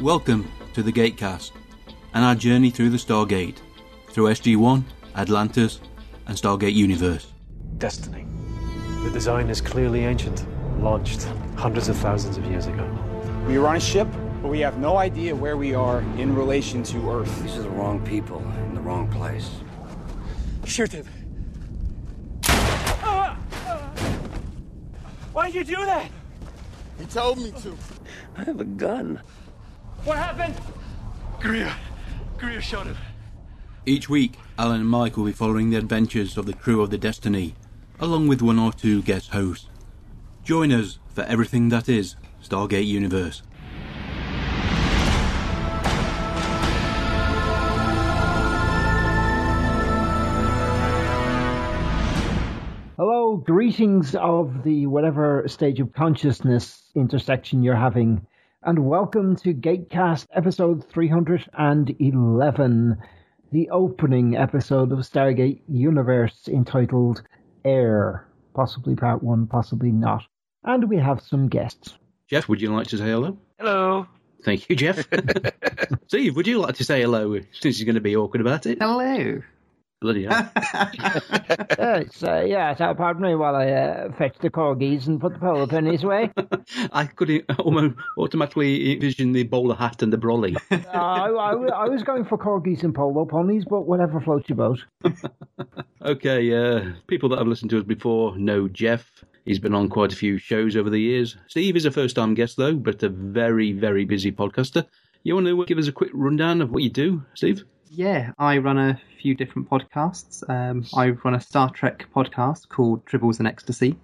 Welcome to the Gatecast and our journey through the Stargate, through SG-1, Atlantis, and Stargate Universe. Destiny. The design is clearly ancient, launched hundreds of thousands of years ago. We are on a ship, but we have no idea where we are in relation to Earth. These are the wrong people in the wrong place. Shoot him. Why'd you do that? He told me to. I have a gun. What happened? Greer. Greer shot him. Each week, Alan and Mike will be following the adventures of the crew of the Destiny, along with one or two guest hosts. Join us for everything that is Stargate Universe. Hello, greetings of the whatever stage of consciousness intersection you're having, and welcome to Gatecast episode 311, the opening episode of Stargate Universe entitled Air, possibly part one, possibly not. And we have some guests. Jeff, would you like to say hello? Hello. Thank you, Jeff. Steve, would you like to say hello since he's going to be awkward about it? Hello. Bloody hell. Uh, so, yeah, so pardon me while I uh, fetch the corgis and put the polo ponies away. I could almost automatically envision the bowler hat and the brolly. Uh, I, I- I was going for corgis and polo ponies, but whatever floats your boat. Okay, uh, people that have listened to us before know Jeff. He's been on quite a few shows over the years. Steve is a first time guest, though, but a very, very busy podcaster. You want to give us a quick rundown of what you do, Steve? Yeah, I run a few different podcasts. Um, I run a Star Trek podcast called Dribbles and Ecstasy,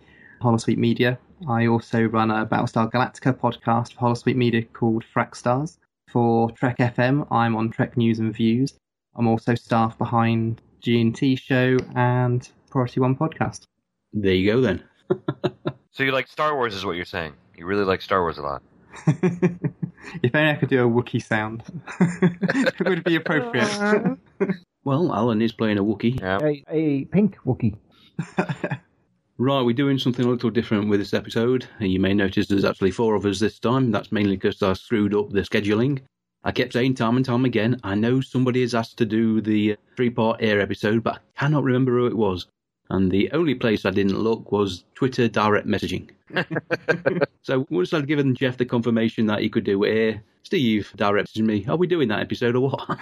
Holosuite Media. I also run a Battlestar Galactica podcast for Holosuite Media called Frack Stars. For Trek FM, I'm on Trek News and Views. I'm also staff behind G&T Show and Priority One podcast. There you go, then. So you like Star Wars, is what you're saying? You really like Star Wars a lot. if only I could do a Wookiee sound, it would be appropriate. Well, Alan is playing a Wookiee. Yeah. A, a pink Wookie. Right, we're doing something a little different with this episode. You may notice there's actually four of us this time. That's mainly because I screwed up the scheduling. I kept saying time and time again, I know somebody has asked to do the three part air episode, but I cannot remember who it was. And the only place I didn't look was Twitter direct messaging. so once I'd given Jeff the confirmation that he could do air, Steve direct messaged me, Are we doing that episode or what?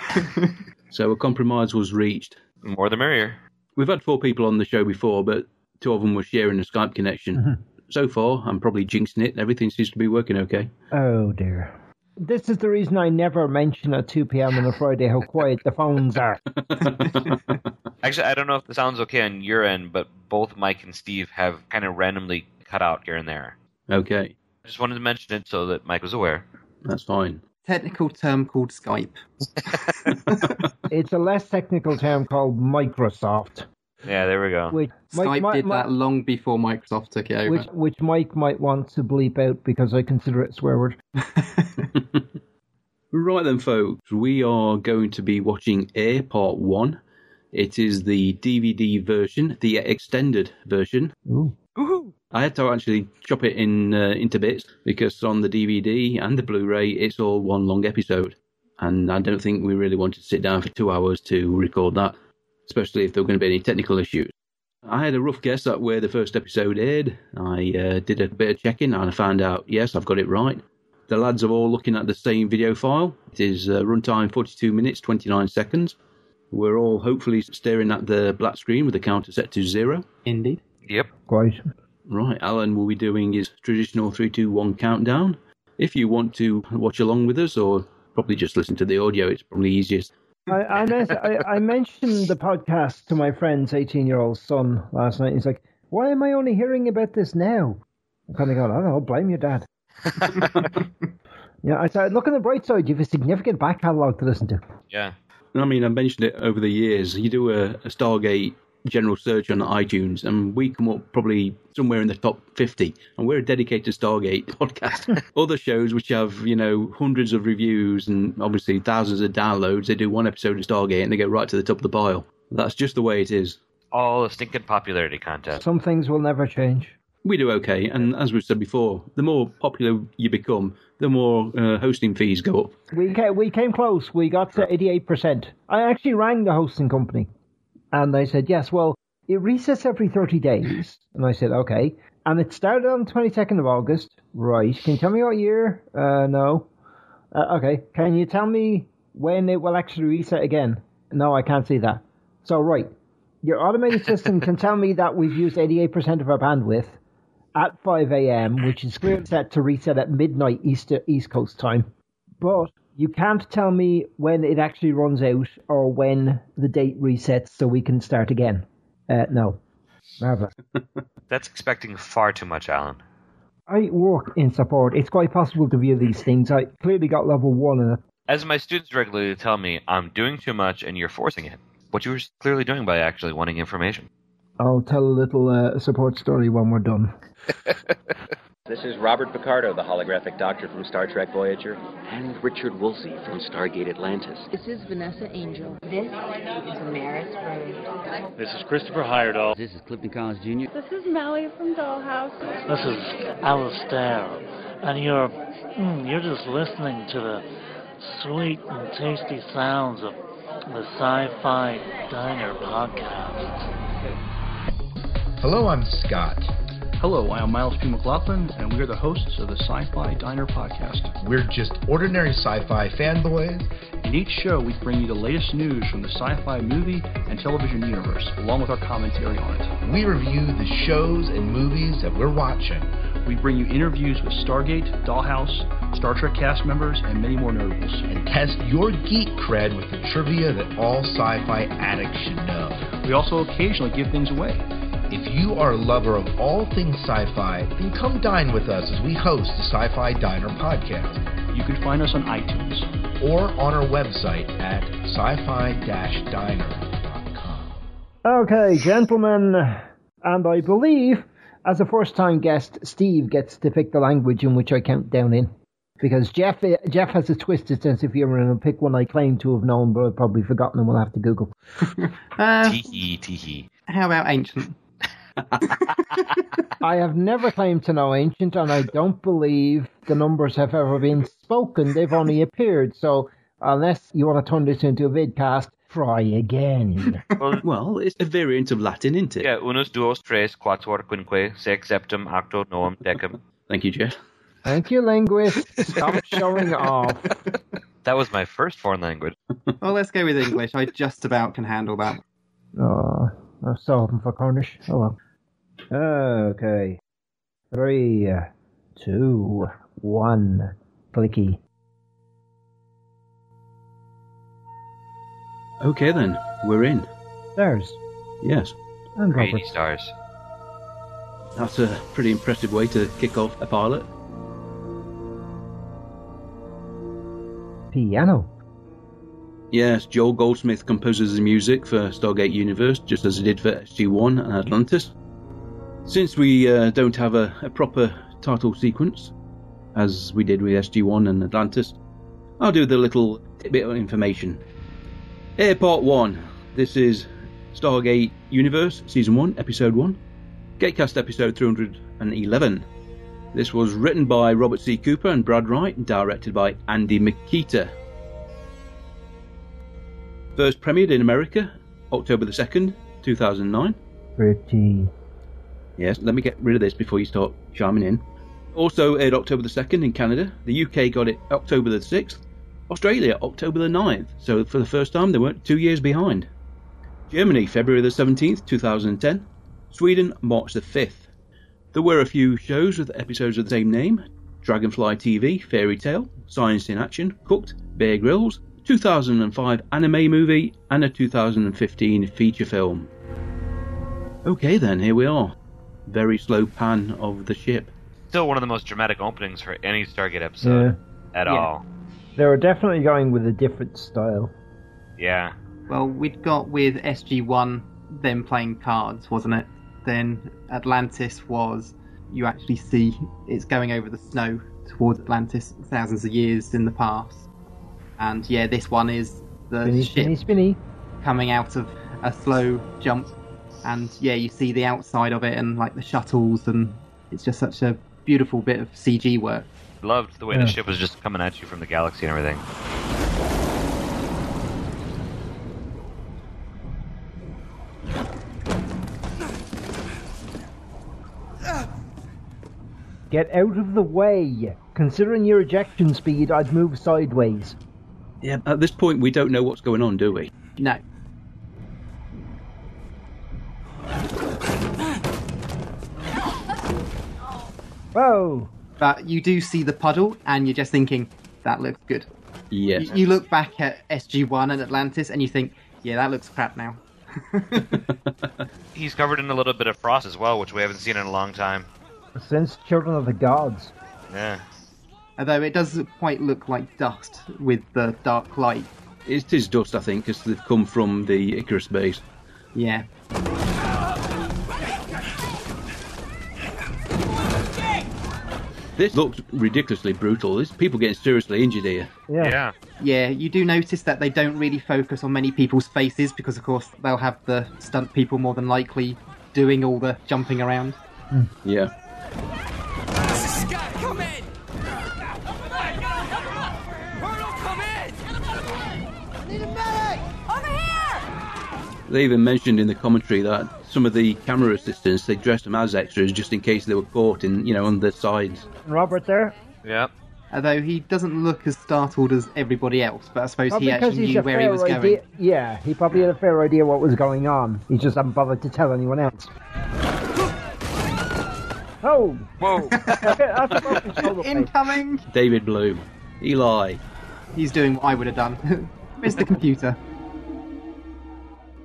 so a compromise was reached. More the merrier. We've had four people on the show before, but two of them were sharing a Skype connection. So far, I'm probably jinxing it. Everything seems to be working okay. Oh, dear. This is the reason I never mention at 2 p.m. on a Friday how quiet the phones are. Actually, I don't know if the sound's okay on your end, but both Mike and Steve have kind of randomly cut out here and there. Okay, I just wanted to mention it so that Mike was aware. that's fine. Technical term called Skype. It's a less technical term called Microsoft, Yeah, there we go. which Skype Mi- did Mi- that long before Microsoft took it over. which, which Mike might want to bleep out because I consider it a swear word. Right then, folks, we are going to be watching Air Part 1. It is the DVD version, the extended version. Ooh. I had to actually chop it in uh, into bits because on the DVD and the Blu-ray, it's all one long episode, and I don't think we really wanted to sit down for two hours to record that, especially if there were going to be any technical issues. I had a rough guess at where the first episode aired. I uh, did a bit of checking and I found out, yes, I've got it right. The lads are all looking at the same video file. It is uh, runtime 42 minutes 29 seconds. We're all hopefully staring at the black screen with the counter set to zero. Indeed. Yep. Quite. Right, Alan will be doing his traditional 321 countdown. If you want to watch along with us or probably just listen to the audio, it's probably easiest. I, I, mes- I, I mentioned the podcast to my friend's 18 year old son last night. He's like, Why am I only hearing about this now? I'm kind of going, I don't know, blame your dad. yeah, I said, Look on the bright side, you have a significant back catalogue to listen to. Yeah. I mean, I mentioned it over the years. You do a, a Stargate general search on iTunes, and we come up probably somewhere in the top 50. And we're a dedicated Stargate podcast. Other shows which have, you know, hundreds of reviews and obviously thousands of downloads, they do one episode of Stargate and they go right to the top of the pile. That's just the way it is. All a stinking popularity contest. Some things will never change. we do okay. And as we've said before, the more popular you become, the more uh, hosting fees go up. We came, we came close. We got to 88%. I actually rang the hosting company and they said, yes, well, it resets every 30 days. And I said, okay. And it started on the 22nd of August. Right. Can you tell me what year? Uh, no. Uh, okay. Can you tell me when it will actually reset again? No, I can't see that. So, right. Your automated system can tell me that we've used 88% of our bandwidth at 5 a.m., which is clearly set to reset at midnight Easter, East Coast time. But you can't tell me when it actually runs out or when the date resets so we can start again. Uh, no. Marvelous. That's expecting far too much, Alan. I work in support. It's quite possible to view these things. I clearly got level one in it. As my students regularly tell me, I'm doing too much and you're forcing it. What you were clearly doing by actually wanting information. I'll tell a little uh, support story when we're done. This is Robert Picardo, the holographic doctor from Star Trek Voyager, and Richard Woolsey from Stargate Atlantis. This is Vanessa Angel. This is Maris Rose. This is Christopher Heyerdahl. This is Clifton Collins Jr. This is Melly from Dollhouse. This is Alistair, and you're mm, you're just listening to the sweet and tasty sounds of the Sci-Fi Diner podcast. Hello, I'm Scott. Hello, I am Miles P. McLaughlin, and we are the hosts of the Sci Fi Diner Podcast. We're just ordinary sci fi fanboys. In each show, we bring you the latest news from the sci fi movie and television universe, along with our commentary on it. We review the shows and movies that we're watching. We bring you interviews with Stargate, Dollhouse, Star Trek cast members, and many more notables. And test your geek cred with the trivia that all sci fi addicts should know. We also occasionally give things away. If you are a lover of all things sci fi, then come dine with us as we host the Sci Fi Diner podcast. You can find us on iTunes or on our website at sci fi diner.com. Okay, gentlemen, and I believe as a first time guest, Steve gets to pick the language in which I count down in. Because Jeff Jeff has a twisted sense of humor, and will pick one I claim to have known, but I've probably forgotten, and we'll have to Google. uh, teehee, teehee. How about ancient? I have never claimed to know ancient, and I don't believe the numbers have ever been spoken. They've only appeared. So, unless you want to turn this into a vidcast, try again. well, it's a variant of Latin, isn't it? Yeah, unus, duos, tres, quattro, quinque, sex, septum, octo, novum, decum. Thank you, Jeff. Thank you, linguist. Stop showing off. That was my first foreign language. well, let's go with English. I just about can handle that. Oh, I was so hoping for Cornish. Oh well. Okay. Three, two, one. Clicky. Okay then, we're in. Stars. Yes. And Robert. 80 stars. That's a pretty impressive way to kick off a pilot. Piano. Yes, Joel Goldsmith composes the music for Stargate Universe, just as he did for SG1 and Atlantis. Since we uh, don't have a, a, proper title sequence, as we did with SG1 and Atlantis, I'll do the little bit of information. Here, part 1. This is Stargate Universe, Season 1, Episode 1, Gatecast Episode 311. This was written by Robert C. Cooper and Brad Wright, and directed by Andy Makita. First premiered in America, October the 2nd, 2009. Pretty Yes, let me get rid of this before you start chiming in. Also aired October the 2nd in Canada. The UK got it October the 6th. Australia, October the 9th. So for the first time, they weren't two years behind. Germany, February the 17th, 2010. Sweden, March the 5th. There were a few shows with episodes of the same name Dragonfly TV, Fairy Tale, Science in Action, Cooked, Bear Grylls, 2005 anime movie, and a 2015 feature film. Okay, then, here we are very slow pan of the ship. Still one of the most dramatic openings for any Stargate episode yeah. at yeah. all. They were definitely going with a different style. Yeah. Well, we'd got with SG1 them playing cards, wasn't it? Then Atlantis was you actually see it's going over the snow towards Atlantis thousands of years in the past. And yeah, this one is the spinny, ship spinny, spinny. coming out of a slow jump and yeah, you see the outside of it and like the shuttles and It's just such a beautiful bit of CG work. Loved the way the ship was just coming at you from the galaxy and everything. Get out of the way. Considering your ejection speed, I'd move sideways. Yeah. At this point, we don't know what's going on, do we? No. Whoa! But you do see the puddle, and you're just thinking, that looks good. Yes. You, you look back at SG1 and Atlantis, and you think, yeah, that looks crap now. He's covered in a little bit of frost as well, which we haven't seen in a long time. Since Children of the Gods. Yeah. Although it does quite look like dust with the dark light. It is dust, I think, because they've come from the Icarus base. Yeah. This looks ridiculously brutal. There's people getting seriously injured here. Yeah. Yeah. Yeah, you do notice that they don't really focus on many people's faces because, of course, they'll have the stunt people more than likely doing all the jumping around. Yeah. Scott, come in! Myrtle, come in! Need a medic! Over here! They even mentioned in the commentary that some of the camera assistants they dressed them as extras just in case they were caught in you know on the sides. Robert there? Yep. Although he doesn't look as startled as everybody else, but I suppose Probably he 'cause actually he's knew a where he fair was idea. going. Yeah, he probably had a fair idea what was going on. He just hadn't bothered to tell anyone else. Oh! Whoa! That's above his shoulder blade. Incoming! David Bloom, Eli. He's doing what I would have done. Mr. Computer.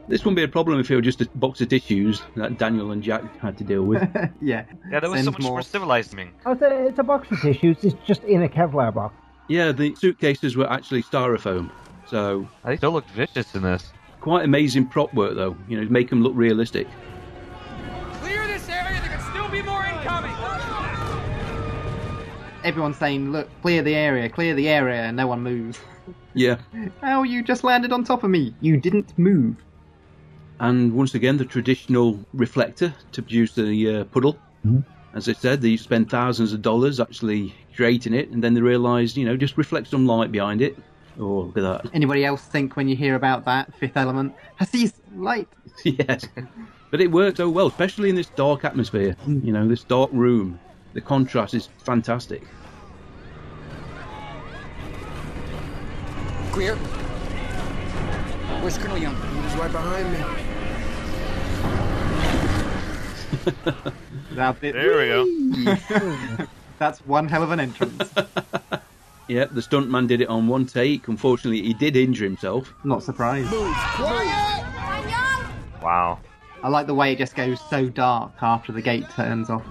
This wouldn't be a problem if it were just a box of tissues that Daniel and Jack had to deal with. Yeah. Yeah, that was Send so much more. more civilized than me. I said it's a box of tissues. It's just in a Kevlar box. yeah, the suitcases were actually styrofoam, so I think they looked vicious in this. quite amazing prop work though. You know, to make them look realistic. Clear this area, there could still be more incoming! Everyone's saying, look, clear the area, clear the area, and no one moves. Yeah, Oh, you just landed on top of me. You didn't move. and once again the traditional reflector to produce the uh, puddle. As I said, they spend thousands of dollars actually creating it, and then they realise, you know, just reflect some light behind it. Oh, look at that. Anybody else think when you hear about that fifth element? Hasis, light. yes. But it worked so well, especially in this dark atmosphere, you know, this dark room. The contrast is fantastic. Clear. Where's Colonel Young? He's right behind me. That bit. There we go. That's one hell of an entrance. Yeah, the stuntman did it on one take. Unfortunately, he did injure himself. Not surprised. Wow. I like the way it just goes so dark after the gate turns off.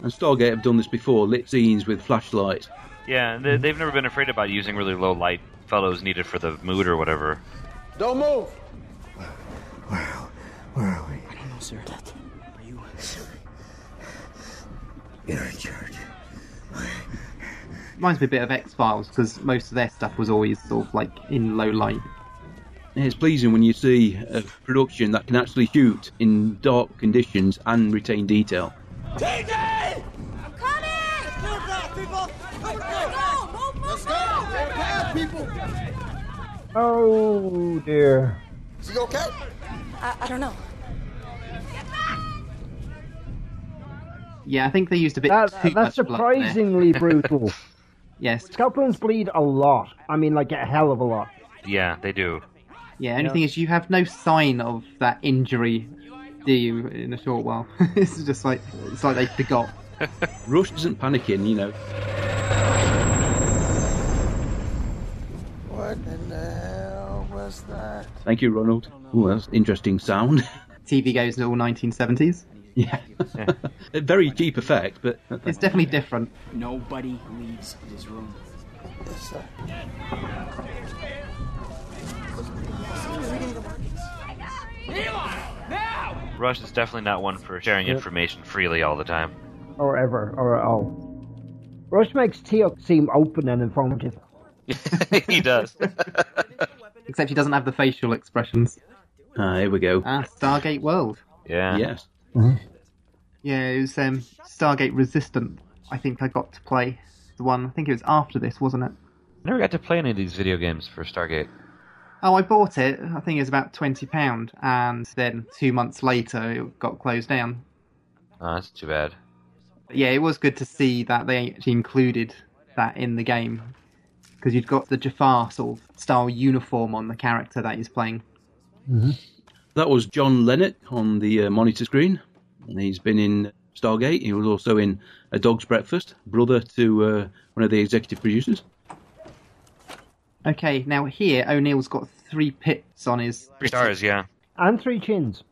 And Stargate have done this before, lit scenes with flashlights. Yeah, and they, they've never been afraid about using really low light fellows needed for the mood or whatever. Don't move. Where are we? No, sir. Are you? You're in charge. Reminds me a bit of X Files because most of their stuff was always sort of like in low light. And It's pleasing when you see a production that can actually shoot in dark conditions and retain detail. TJ! I'm coming! Let's go. Get past people. Oh dear. Is he okay? I, I don't know. Yeah, I think they used a bit That, too that's much blood there. surprisingly brutal. Yes. Scoplins bleed a lot. I mean, like a hell of a lot. Yeah, they do. Yeah. Only thing is, you have no sign of that injury, do you? In a short while, it's just like it's like they forgot. Rush isn't panicking, you know. What in the hell was that? Thank you, Ronald. Oh, that's interesting sound. TV goes all 1970s. yeah. a very cheap effect, but uh, It's definitely different. Nobody leaves this room. Yes, sir. Now! Rush is definitely not one for sharing information freely all the time. Or ever, or at all. Rush makes Teok seem open and informative. he does. Except he doesn't have the facial expressions. Ah, here we go. Ah, Stargate World. yeah. Yes. Yeah, it was um, Stargate Resistant. I think I got to play the one. I think it was after this, wasn't it? Never got to play any of these video games for Stargate. Oh, I bought it. I think it was about twenty pound, and then two months later it got closed down. Oh, that's too bad. But yeah, it was good to see that they actually included that in the game because you'd got the Jafar sort of style uniform on the character that he's playing. That was John Lennart on the uh, monitor screen. And he's been in Stargate. He was also in A Dog's Breakfast, brother to uh, one of the executive producers. Okay, now here O'Neill's got three pips on his Three stars, yeah. and three chins.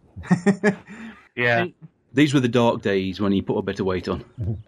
Yeah. These were the dark days when he put a bit of weight on.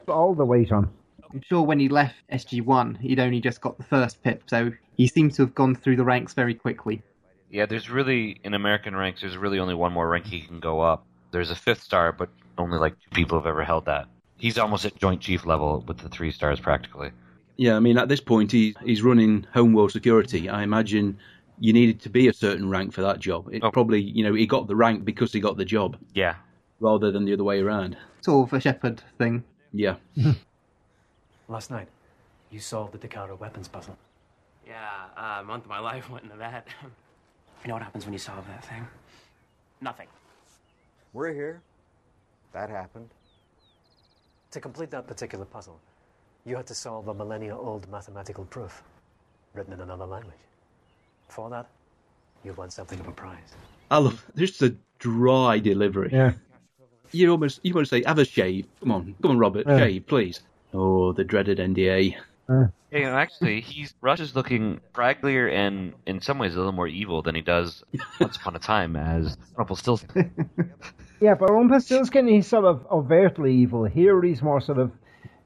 Put all the weight on. I'm sure when he left SG1, he'd only just got the first pip, so he seemed to have gone through the ranks very quickly. Yeah, there's really, in American ranks, there's really only one more rank he can go up. There's a fifth star, but only like two people have ever held that. He's almost at Joint Chief level with the three stars practically. Yeah, I mean, at this point, he, he's running Homeworld Security. I imagine you needed to be a certain rank for that job. It probably, you know, he got the rank because he got the job. Yeah. Rather than the other way around. Sort of a shepherd thing. Yeah. Last night, you solved the Dakaro weapons puzzle. Yeah, uh, a month of my life went into that. you know what happens when you solve that thing? Nothing. We're here. That happened. To complete that particular puzzle, you had to solve a millennia old mathematical proof written in another language. For that, you won something of a prize. I love just a dry delivery. Yeah. You almost you want to say, have a shave. Come on, come on, Robert, Yeah. shave, please. Oh, the dreaded NDA. Yeah, you know, actually, he's Rush is looking cragglier and, in some ways, a little more evil than he does once upon a time as Rumpelstiltskin. Yeah, but Rumpelstiltskin, he's sort of overtly evil. Here he's more sort of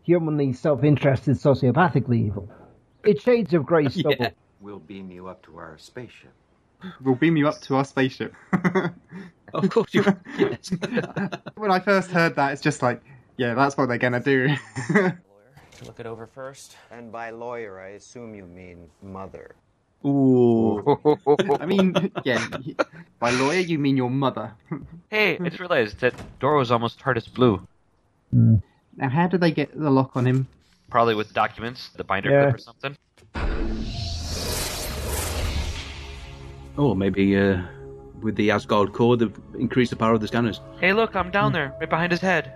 humanly self-interested, sociopathically evil. It's shades of grey stubble. We'll beam you up to our spaceship. We'll beam you up to our spaceship. of course you when I first heard that, it's just like, yeah, that's what they're going to do. Look it over first. And by lawyer, I assume you mean mother. Ooh. I mean, yeah, y- by lawyer, you mean your mother. hey, I just realized that door was almost hardest blue. Now, how did they get the lock on him? Probably with documents, the binder Yeah. clip or something. Oh, maybe uh, with the Asgard core, they've increased the power of the scanners. Hey, look, I'm down there, right behind his head.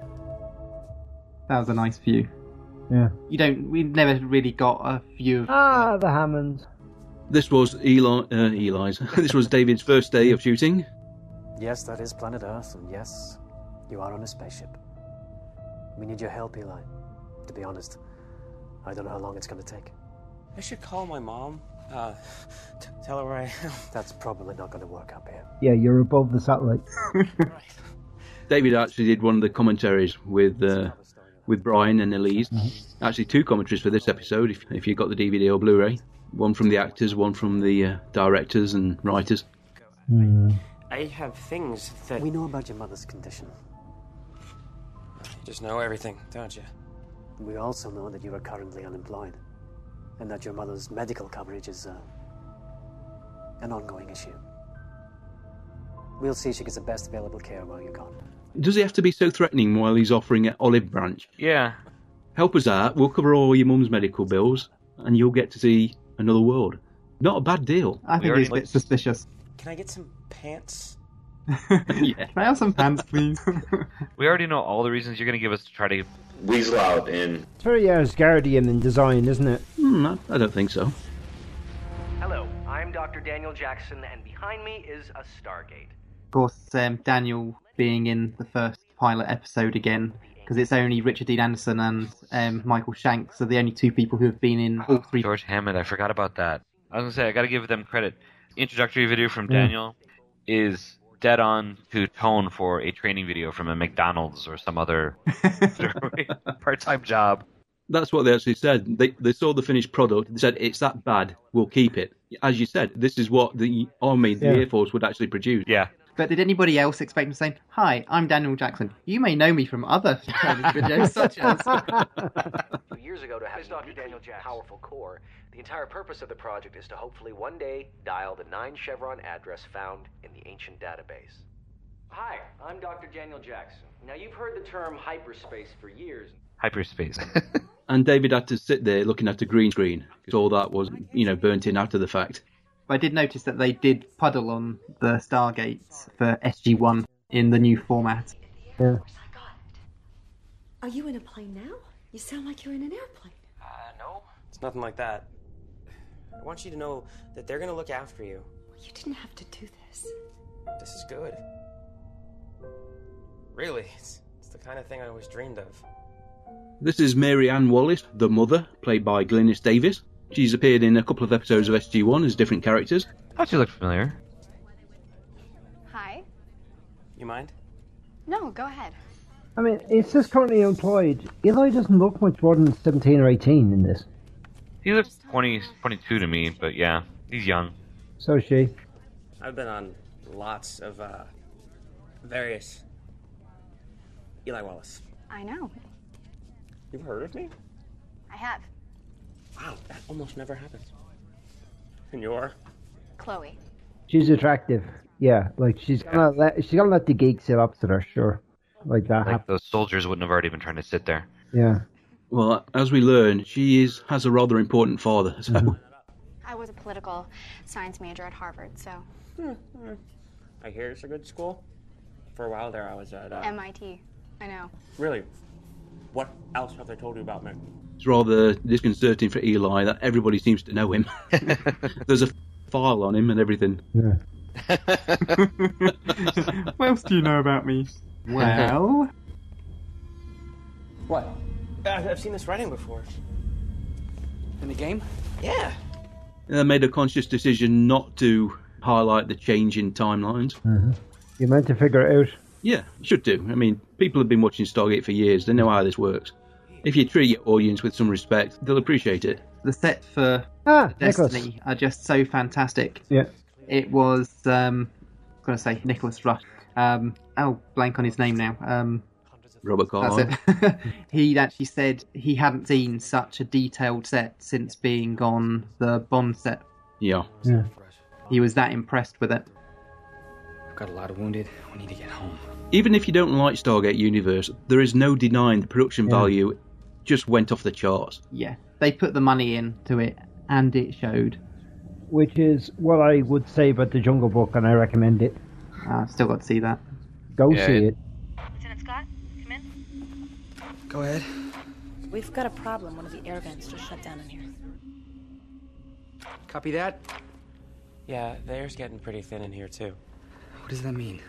That was a nice view. Yeah. You don't, we've never really got a view of. Ah, the Hammonds. This was Eli, uh, Eli's. this was David's first day of shooting. Yes, that is planet Earth, and yes, you are on a spaceship. We need your help, Eli. To be honest, I don't know how long it's going to take. I should call my mom. Uh, t- tell her where I am. That's probably not going to work up here. Yeah, you're above the satellite. David actually did one of the commentaries with uh, with Brian and Elise. Actually, two commentaries for this episode. If if you got the DVD or Blu-ray, one from the actors, one from the uh, directors and writers. I have things that. We know about your mother's condition. You just know everything, don't you? We also know that you are currently unemployed, and that your mother's medical coverage is uh, an ongoing issue. We'll see she gets the best available care while you're gone. Does he have to be so threatening while he's offering an olive branch? Yeah. Help us out. We'll cover all your mum's medical bills, and you'll get to see another world. Not a bad deal. I think it's a bit suspicious. Can I get some pants? Can I have some pants, please? We already know all the reasons you're going to give us to try to weasel out in. It's very Asgardian in design, isn't it? Hmm, I, I don't think so. Hello, I'm Dr. Daniel Jackson, and behind me is a Stargate. Of course, um, Daniel being in the first pilot episode again, because it's only Richard Dean Anderson and um, Michael Shanks are the only two people who have been in all three. George Hammond. I forgot about that. I was gonna say I gotta give them credit. Introductory video from Mm. Daniel is dead on to tone for a training video from a McDonald's or some other part-time job. That's what they actually said. They they saw the finished product. They said it's that bad. We'll keep it. As you said, this is what the army, the Yeah. air force, would actually produce. Yeah. But did anybody else expect him to say, Hi, I'm Daniel Jackson. You may know me from other training videos, such as. Two years ago, to have a Dr. Daniel powerful core, the entire purpose of the project is to hopefully one day dial the nine chevron address found in the ancient database. Hi, I'm Dr. Daniel Jackson. Now, you've heard the term hyperspace for years. Hyperspace. and David had to sit there looking at the green screen because all that was, you know, burnt in after the fact. I did notice that they did puddle on the Stargates for SG1 in the new format. Yeah. Are you in a plane now? You sound like you're in an airplane. Uh, no. It's nothing like that. I want you to know that they're gonna look after you. You didn't have to do this. This is good. Really, it's, it's the kind of thing I always dreamed of. This is Mary Ann Wallace, the mother, played by Glynis Davis. She's appeared in a couple of episodes of SG1 as different characters. Thought she looked familiar. Hi. You mind? No, go ahead. I mean, it's just currently employed. Eli doesn't look much more than 17 or 18 in this. He looks 20, 22 to me, but yeah, he's young. So is she. I've been on lots of uh, various. Eli Wallace. I know. You've heard of me? I have. Wow, that almost never happens. And you're? Chloe. She's attractive. Yeah, like she's gonna let she's gonna let the geek sit opposite her, sure. Like that. Like those soldiers wouldn't have already been trying to sit there. Yeah. Well, as we learn, she is has a rather important father. So I was a political science major at Harvard, so. I hear it's a good school. For a while there, I was at. Uh, MIT. I know. really? What else have they told you about me? it's rather disconcerting for Eli that everybody seems to know him. There's a file on him and everything. what else do you know about me? Well, What? I've, I've seen this writing before. In the game? Yeah. They made a conscious decision not to highlight the change in timelines. You're meant to figure it out. Yeah, should do. I mean, people have been watching Stargate for years. They know how this works. If you treat your audience with some respect, they'll appreciate it. the set for Ah, Destiny Nicholas. are just so fantastic. Yeah. It was, um, I'm going to say Nicholas Rush. Um, oh, blank on his name now. Um, Robert Carlyle. That's it. he actually said he hadn't seen such a detailed set since being on the Bond set. Yeah. Yeah. He was that impressed with it. I've got a lot of wounded. We need to get home. Even if you don't like Stargate Universe, there is no denying the production value just went off the charts. Yeah, they put the money into it, and it showed. Which is what I would say about the Jungle Book, and I recommend it. I've still got to see that. Go Yeah, see it- it. Lieutenant Scott, come in. Go ahead. We've got a problem. One of the air vents just shut down in here. Copy that. Yeah, the air's getting pretty thin in here, too. What does that mean?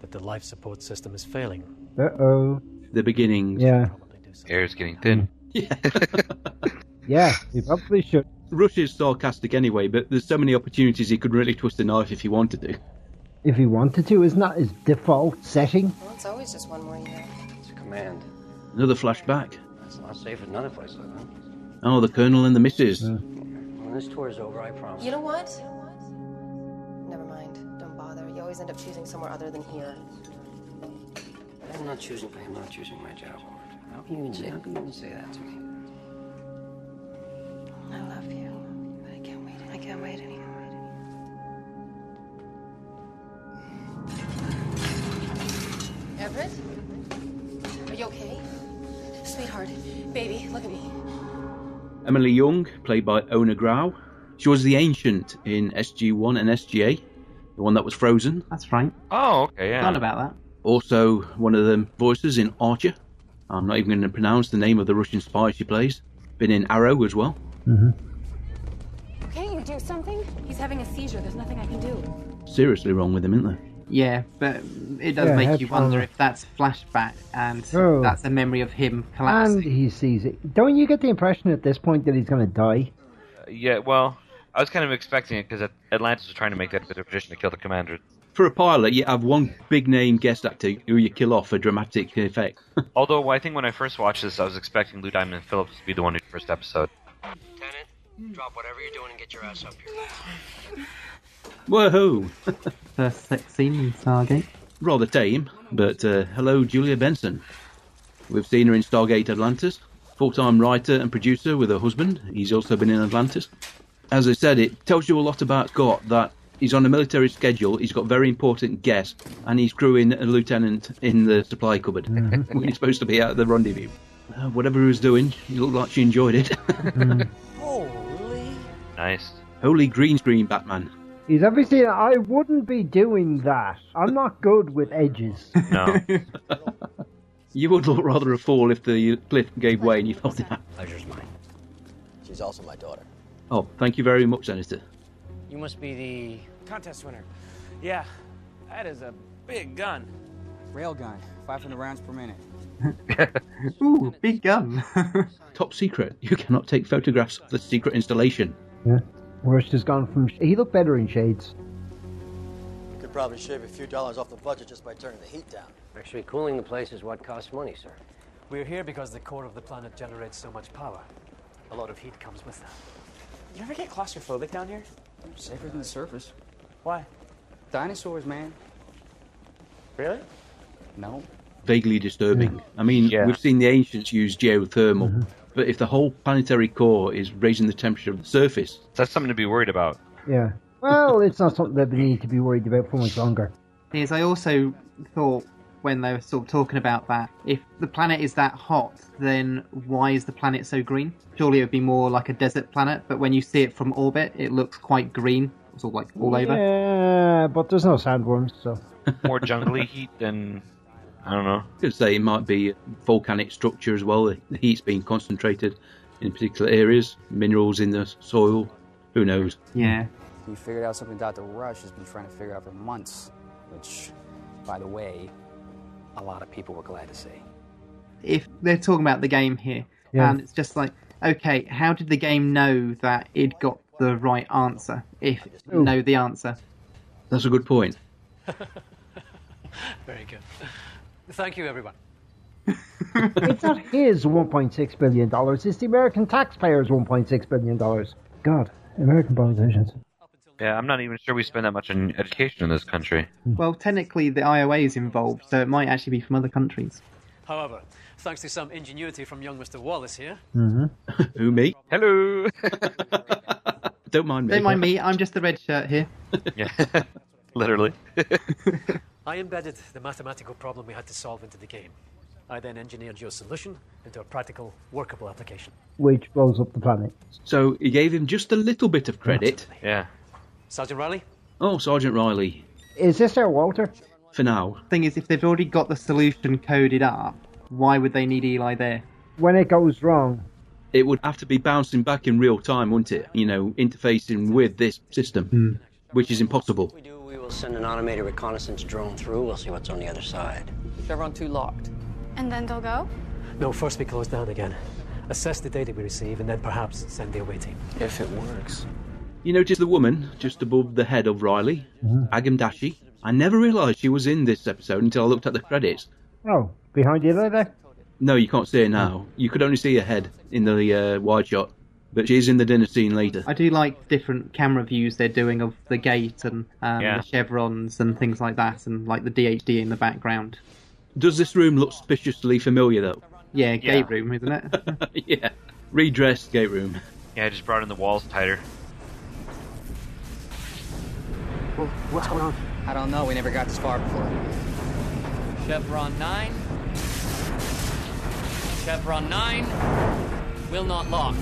That the life support system is failing. Uh oh. The beginnings. Yeah. Air's getting thin. Yeah, you probably should. Rush is sarcastic anyway, but there's so many opportunities he could really twist the knife if he wanted to. If he wanted to, isn't that his default setting? Well, it's always just one more year. It's a command. Another flashback. It's not safe at another place like that. Oh, the Colonel and the Missus. When this tour is over, I promise. You know what? Never mind. Don't bother. You always end up choosing somewhere other than here. I'm not choosing. I'm not choosing my job. Howard. How can you even say? How can you even say that to me? I love you, but I can't wait. I can't wait anymore. Everett? Are you okay? Sweetheart, baby, look at me. Emily Young, played by Ona Grau. She was the Ancient in SG1 and SGA, the one that was frozen. That's right. Oh, okay, yeah. Forgot about that. Also, one of the voices in Archer. I'm not even going to pronounce the name of the Russian spy she plays. Been in Arrow as well. Can't you do something? He's having a seizure. There's nothing I can do. Seriously wrong with him, isn't there? Yeah, but it does Yeah, make head you wonder trauma. if that's flashback and Oh. that's a memory of him collapsing. And he sees it. Don't you get the impression at this point that he's going to die? Yeah, well, I was kind of expecting it because Atlantis was trying to make that a bit of a tradition to kill the commander. For a pilot, you have one big name guest actor who you kill off for dramatic effect. Although, I think when I first watched this, I was expecting Lou Diamond and Phillips to be the one who first episode. Lieutenant, drop whatever you're doing and get your ass up here. Whoa! First sex scene in Stargate. Rather tame, but uh, hello, Julia Benson. We've seen her in Stargate Atlantis, full time writer and producer with her husband. He's also been in Atlantis. As I said, it tells you a lot about Scott that He's on a military schedule. He's got very important guests, and he's crewing a lieutenant in the supply cupboard when he's supposed to be at the rendezvous. Uh, whatever he was doing, he looked like she enjoyed it. Holy. Nice. Holy green screen, Batman. He's obviously. I wouldn't be doing that. I'm not good with edges. No. you would look rather a fool if the cliff gave way and you fell down. Pleasure's mine. She's also my daughter. Oh, thank you very much, Senator. You must be the contest winner. Yeah, that is a big gun. Railgun, 500 rounds per minute. Ooh, big gun. Top secret. You cannot take photographs of the secret installation. Yeah. Rush has gone from. He looked better in shades. You could probably shave a few dollars off the budget just by turning the heat down. Actually, cooling the place is what costs money, sir. We're here because the core of the planet generates so much power. A lot of heat comes with that. You ever get claustrophobic down here? Safer than the surface. Why? Dinosaurs, man. Really? No. Vaguely disturbing. I mean, we've seen the ancients use geothermal, but if the whole planetary core is raising the temperature of the surface, that's something to be worried about. Yeah. Well, it's not something that we need to be worried about for much longer. is I also thought when they were sort of talking about that, if the planet is that hot, then why is the planet so green? Surely it would be more like a desert planet, but when you see it from orbit, it looks quite green, sort of like all over. Yeah, but there's no sandworms, so. More jungly heat than I don't know. Could say it might be volcanic structure as well. The heat's being concentrated in particular areas, minerals in the soil. Who knows? Yeah. You figured out something Dr. Rush has been trying to figure out for months, which, by the way, a lot of people were glad to see. If they're talking about the game here, Yeah. and it's just like, okay, how did the game know that it got the right answer if it Ooh. know the answer? That's a good point. Very good. Thank you, everyone. it's not his $1.6 billion, it's the American taxpayers' $1.6 billion. God, American politicians. Yeah, I'm not even sure we spend that much on education in this country. Well, technically, the IOA is involved, so it might actually be from other countries. However, thanks to some ingenuity from young Mr. Wallace here, Mm-hmm. Who, me? Hello. Don't mind me. Don't mind me, I'm just the red shirt here. yeah. Literally. I embedded the mathematical problem we had to solve into the game. I then engineered your solution into a practical, workable application. Which blows up the planet. So he gave him just a little bit of credit. Yeah. Sergeant Riley? Oh, Sergeant Riley. Is this our Walter? For now. Thing is, if they've already got the solution coded up, why would they need Eli there? When it goes wrong, It would have to be bouncing back in real time, wouldn't it? You know, interfacing with this system, which is impossible. We will send an automated reconnaissance drone through. We'll see what's on the other side. Chevron 2 locked. And then they'll go? No, first we close down again. Assess the data we receive and then perhaps send the away team. If it works. You notice the woman just above the head of Riley, Agam Dashi. I never realised she was in this episode until I looked at the credits. oh, behind you there, there. No, you can't see her now. You could only see her head in the uh, wide shot, but she's in the dinner scene later. I do like different camera views they're doing of the gate and um, the chevrons and things like that, and like the DHD in the background. Does this room look suspiciously familiar though? Yeah, gate room, isn't it? yeah, redressed gate room. Yeah, I just brought in the walls tighter. What's going on? I don't know. We never got this far before. Chevron 9. Chevron 9 will not lock.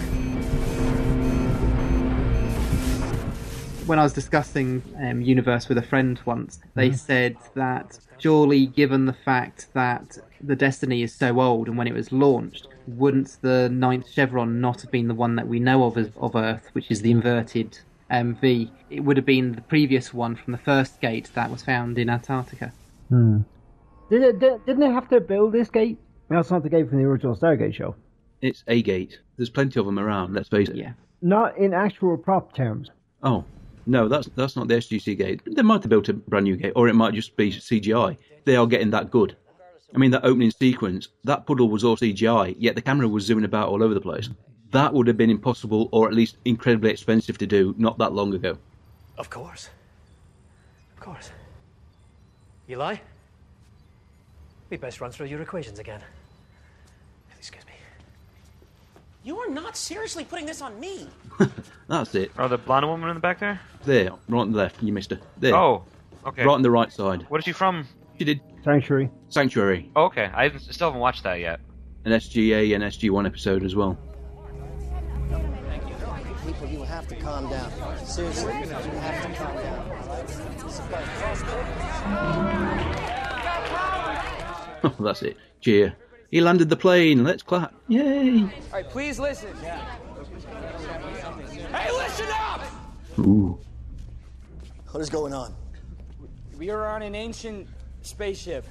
when I was discussing um, Universe with a friend once, they Mm-hmm. said that surely, given the fact that the Destiny is so old and when it was launched, wouldn't the ninth chevron not have been the one that we know of as, of Earth, which is the inverted MV? It would have been the previous one from the first gate that was found in Antarctica. Hmm. Did it, did, didn't they have to build this gate? That's not the gate from the original Stargate show. It's a gate. There's plenty of them around. Let's face it. Yeah. Not in actual prop terms. Oh no, that's that's not the SGC gate. They might have built a brand new gate, or it might just be CGI. They are getting that good. I mean, that opening sequence, that puddle was all CGI, yet the camera was zooming about all over the place. That would have been impossible, or at least incredibly expensive to do, not that long ago. Of course. Of course. Eli? We best run through your equations again. You are not seriously putting this on me. That's it. Oh, the blonde woman in the back there? There, right on the left. You missed her. There. Oh, okay. Right on the right side. Where's she from? She did Sanctuary. Sanctuary. Oh, okay, I haven't- still haven't watched that yet. An SGA and SG1 episode as well. People, you have to calm down. Seriously, you have to calm Oh, that's it. Cheer. He landed the plane. Let's clap. Yay. All right, please listen. Hey, listen up! Ooh. What is going on? We are on an ancient spaceship.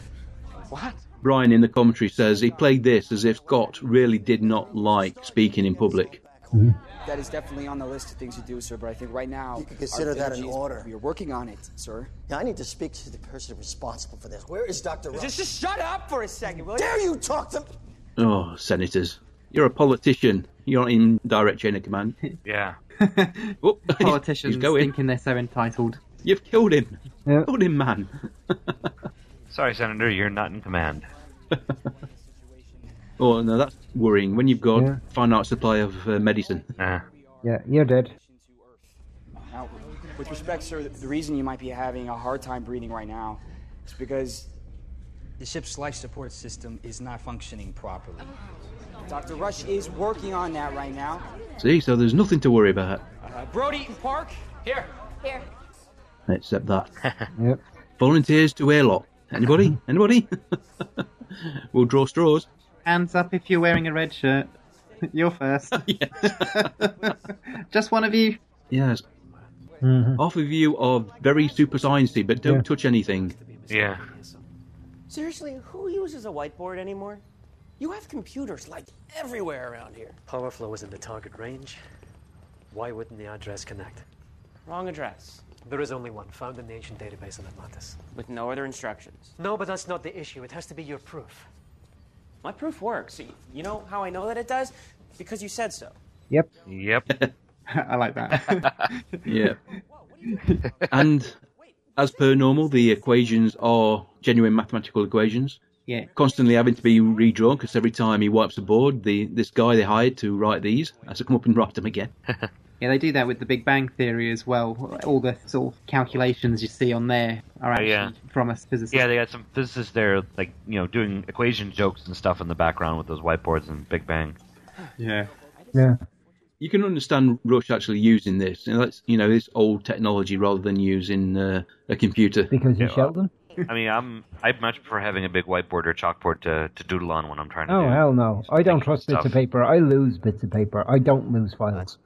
What? Brian in the commentary says he played this as if Scott really did not like speaking in public. That is definitely on the list of things you do, sir. But I think right now you can Consider that an order. You're working on it, sir. Yeah, I need to speak to the person responsible for this. Where is Dr. Rush? Just, just shut up for a second, will Dare you talk to Oh, senators. You're a politician. You're not in direct chain of command. Yeah. oh, Politicians he's going. thinking they're so entitled. You've killed him. Killed him, man. Sorry, Senator, you're not in command. Oh, no, that's worrying. When you've got finite supply of uh, medicine. Yeah, you're dead. Now, with respect, sir, the reason you might be having a hard time breathing right now is because The ship's life support system is not functioning properly. Dr. Rush is working on that right now. See, so there's nothing to worry about Uh, Brody and Park, here. Here. except that. Volunteers to airlock. Anybody? Anybody? we'll draw straws. Hands up if you're wearing a red shirt. You're first. Just one of you. Yes. Half of you are very super sciencey, but don't touch anything. Yeah. Seriously, who uses a whiteboard anymore? You have computers like everywhere around here. Power flow is in the target range. Why wouldn't the address connect? Wrong address. There is only one found in the ancient database in Atlantis. With no other instructions. No, but that's not the issue. It has to be your proof. My proof works. Y- You know how I know that it does? Because you said so. Yep. Yep. I like that. Yeah. and as per normal, the equations are genuine mathematical equations. Yeah. Constantly having to be redrawn because every time he wipes a board, the this guy they hired to write these has to come up and write them again. Yeah, they do that with the Big Bang Theory as well. All the sort of calculations you see on there are Oh, actually yeah. from a physicist. Yeah, they got some physicists there, like, you know, doing equation jokes and stuff in the background with those whiteboards and Big Bang. Yeah. Yeah. You can understand Rush actually using this. And that's you know this old technology rather than using uh, a computer because you shelled them. I mean, I'm I much prefer having a big whiteboard or chalkboard to, to doodle on when I'm trying to Oh do. hell no! I don't trust bits stuff. of paper. I lose bits of paper. I don't lose files.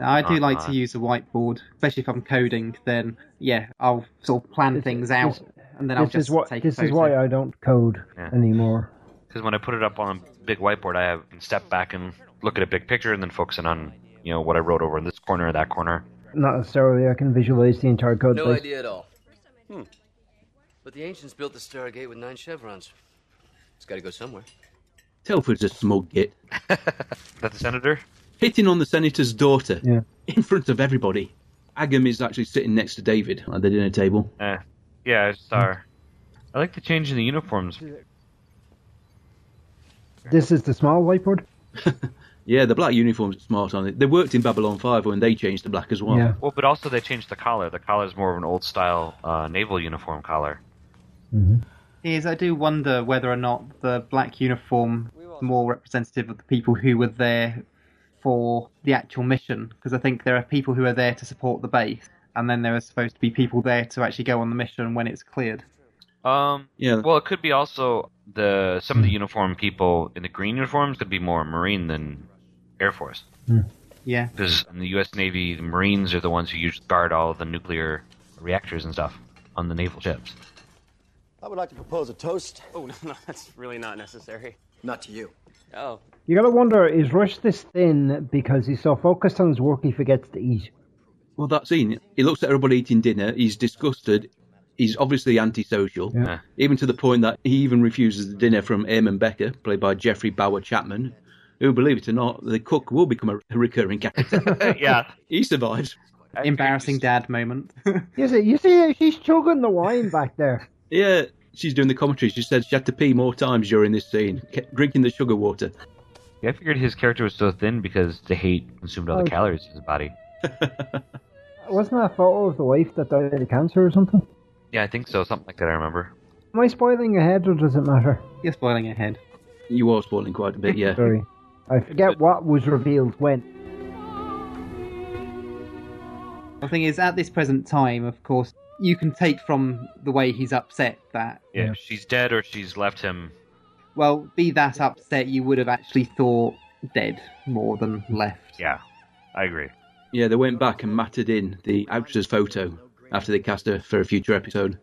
I do like Uh-huh. to use a whiteboard, especially if I'm coding. Then yeah, I'll sort of plan things out, and then I'll This just is what. take This a is photo. why I don't code anymore. Because when I put it up on a big whiteboard, I have can step back and look at a big picture and then focusing on you know what I wrote over in this corner or that corner. Not necessarily. I can visualize the entire code No base. idea at all. Hmm. But the ancients built the Stargate with nine chevrons. It's got to go somewhere. Telford's a smug git. that the senator? Hitting on the senator's daughter Yeah. in front of everybody. Agam is actually sitting next to David at the dinner table. Eh. Yeah, I saw. her. Hmm. I like the change in the uniforms. This is the small whiteboard. Yeah, the black uniforms are smart on it. They worked in Babylon 5 when they changed to black as well. Well, but also they changed the collar. The collar is more of an old style uh, naval uniform collar. Is I do wonder whether or not the black uniform is more representative of the people who were there for the actual mission, because I think there are people who are there to support the base, and then there are supposed to be people there to actually go on the mission when it's cleared. Um, yeah. Well, it could be also the some of the uniform people in the green uniforms could be more Marine than Air Force. Yeah. Because in the U.S. Navy, the Marines are the ones who usually guard all the nuclear reactors and stuff on the naval ships. I would like to propose a toast. Oh, no, no, that's really not necessary. Not to you. Oh, You gotta wonder: is Rush this thin because he's so focused on his work he forgets to eat? Well, that scene, he looks at everybody eating dinner, he's disgusted, he's obviously antisocial, Yeah. even to the point that he even refuses the dinner from Eamon Becker, played by Jeffrey Bauer Chapman, who, believe it or not, the cook will become a a recurring character. Uh, yeah. He survives. Embarrassing dad moment. You see, you see, how she's chugging the wine back there. Yeah, she's doing the commentary. She said she had to pee more times during this scene, kept drinking the sugar water. Yeah, I figured his character was so thin because the hate consumed all the Oh. calories in his body. Wasn't that a photo of the wife that died of cancer or something? Yeah, I think so. Something like that. I remember. Am I spoiling ahead or does it matter? You're spoiling ahead. You are spoiling quite a bit, yeah. Sorry. I forget what was revealed when. The thing is, at this present time, of course, you can take from the way he's upset that, Yeah, she's dead or she's left him. well, be that upset, you would have actually thought dead more than left. Yeah, I agree. Yeah, they went back and matted in the actress photo after they cast her for a future episode.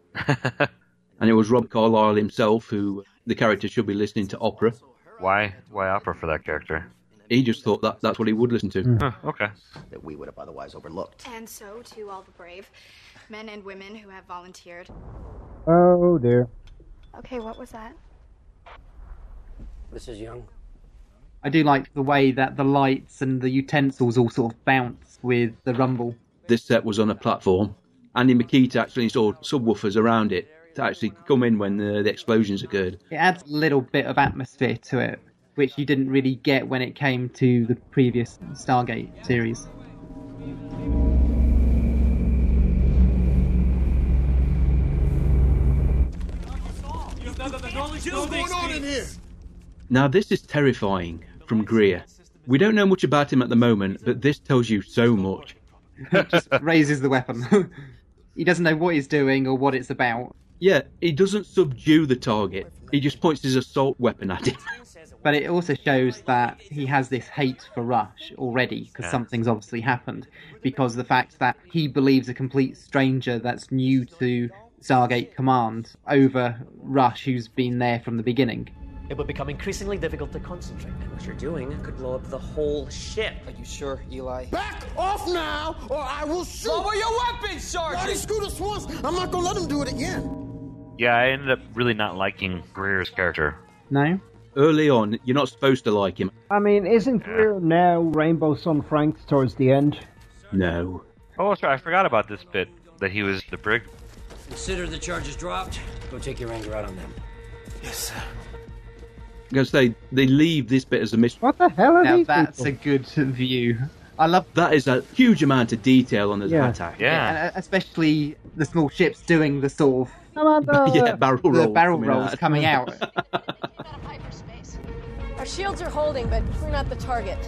and it was Rob Carlyle himself who uh, the character should be listening to opera. Why? Why opera for that character? He just thought that that's what he would listen to. okay. That we would have otherwise overlooked. And so to all the brave men and women who have volunteered. Oh dear. Okay, what was that? Mrs. Young? I do like the way that the lights and the utensils all sort of bounce with the rumble. This set was on a platform. Andy Makita actually installed subwoofers around it to actually come in when the, the explosions occurred. It adds a little bit of atmosphere to it, which you didn't really get when it came to the previous Stargate series. What's going on in here? Now, this is terrifying from Greer. We don't know much about him at the moment, but this tells you so much. just raises the weapon. he doesn't know what he's doing or what it's about, Yeah, he doesn't subdue the target, he just points his assault weapon at it. but it also shows that he has this hate for Rush already because Yeah. something's obviously happened. Because the fact that he believes a complete stranger that's new to Stargate Command over Rush, who's been there from the beginning. It would become increasingly difficult to concentrate. What you're doing could blow up the whole ship. Are you sure, Eli? Back off now, or I will shoot. Lower your weapons, Sergeant. I already screwed us once. I'm not gonna let him do it again. Yeah, I ended up really not liking Greer's character. No? Early on, you're not supposed to like him. I mean, isn't Greer now Rainbow Sun Frank towards the end? No. Oh, sorry, I forgot about this bit that he was the brig. Consider the charges dropped. Go take your anger out on them. Yes, sir. I'm going to say, they leave this bit as a mystery. What the hell are Now these that's a people? good view. I love That is a huge amount of detail on his Yeah. attack. and especially the small ships doing the sort of Commander! Yeah, barrel the rolls barrel coming rolls out. coming out. Our shields are holding, but we're not the target.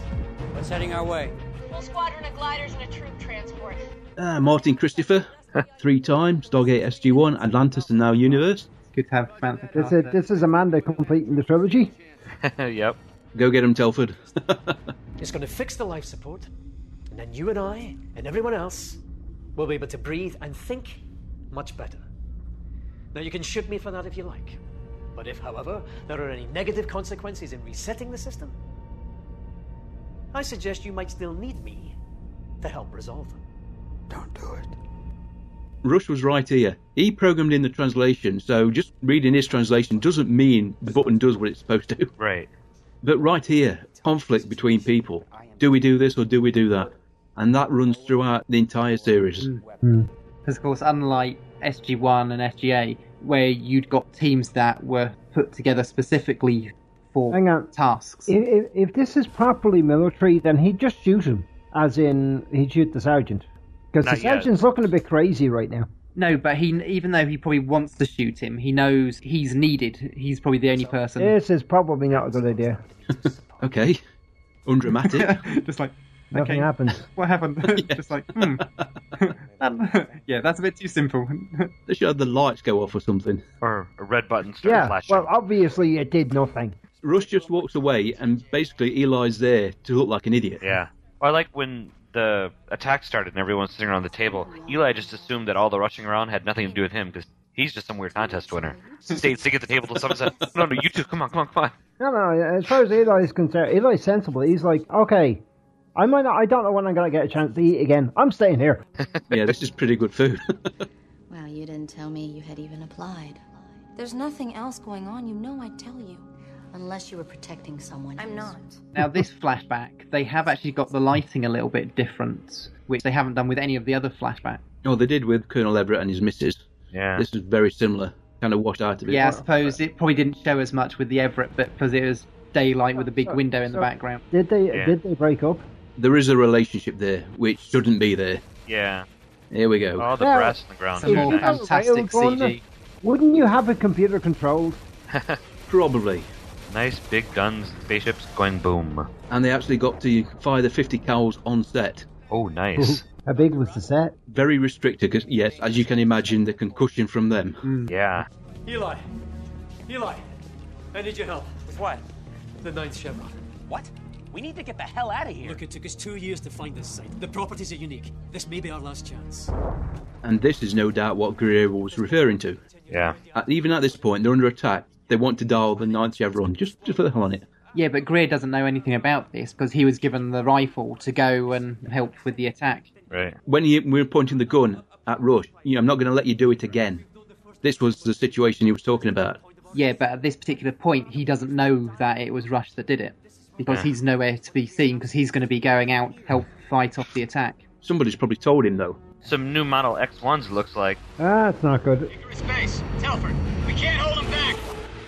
What's heading our way? Full squadron of gliders and a troop transport. Ah, Martin Christopher, three times, Stargate SG1, Atlantis, and now Universe. Good to have Samantha This is, this is Amanda completing the trilogy. yep. Go get him, Telford. It's going to fix the life support, and then you and I and everyone else will be able to breathe and think much better. Now, you can shoot me for that if you like. But if, however, there are any negative consequences in resetting the system, I suggest you might still need me to help resolve them. Rush was right here. He programmed in the translation, so just reading his translation doesn't mean the button does what it's supposed to. Right. But right here, conflict between people. Do we do this or do we do that? And that runs throughout the entire series. Because, of course, unlike SG1 and SGA, where you'd got teams that were put together specifically for Hang on. tasks. If, if, if this is properly military, then he'd just shoot him, as in he'd shoot the sergeant. Because the Not yet. sergeant's looking a bit crazy right now. No, but he, even though he probably wants to shoot him, he knows he's needed. He's probably the only person. This is probably not a good idea. Okay. Undramatic. Just like Nothing happens. what happened? Just like hmm. yeah, that's a bit too simple. they should have the lights go off or something. Or a red button start Yeah, flashing. well, obviously it did nothing. Rush just walks away, and basically Eli's there to look like an idiot. Yeah. Well, I like when the attack started and everyone's sitting around the table. Eli just assumed that all the rushing around had nothing to do with him because he's just some weird contest winner. Stayed sick at the table till someone said, "No, no, you two, come on, come on, come on." No, no. As far as Eli is concerned, Eli's sensible. He's like, okay, I might not. I don't know when I'm gonna get a chance to eat again. I'm staying here. yeah, this is pretty good food. Well, you didn't tell me you had even applied. There's nothing else going on. You know I'd tell you. Unless you were protecting someone. I'm else. Now, this flashback, they have actually got the lighting a little bit different, which they haven't done with any of the other flashbacks. oh, they did with Colonel Everett and his missus. Yeah. This is very similar. Kind of washed out a bit. Yeah, I suppose it probably didn't show as much with the Everett bit because it was daylight with a big window in the so- background. Did they? Yeah. Did they break up? There is a relationship there which shouldn't be there. Yeah. Here we go. Oh, the Yeah. brass on the ground. Some Very more nice. fantastic CG. Wouldn't you have it computer controlled? Probably. Nice big guns, spaceships going boom. And they actually got to fire the 50 cals on set. Oh, nice. How big was the set? Very restricted, 'cause, yes, as you can imagine, the concussion from them. Yeah. Eli, Eli, I need your help. With what? The ninth Chevron. What? We need to get the hell out of here. Look, it took us two years to find this site. The properties are unique. This may be our last chance. And this is no doubt what Guerrero was referring to. Yeah. even at this point, they're under attack. They want to dial the ninth Chevron just, just for the hell on it. Yeah, but Greer doesn't know anything about this because he was given the rifle to go and help with the attack. Right. When he, we were pointing the gun at Rush, you know, I'm not going to let you do it again. This was the situation he was talking about. Yeah, but at this particular point, he doesn't know that it was Rush that did it because Yeah. he's nowhere to be seen because he's going to be going out to help fight off the attack. Somebody's probably told him, though. Some new Model X1s looks like. Ah, it's not good. Space, Telford, we can't hold him back.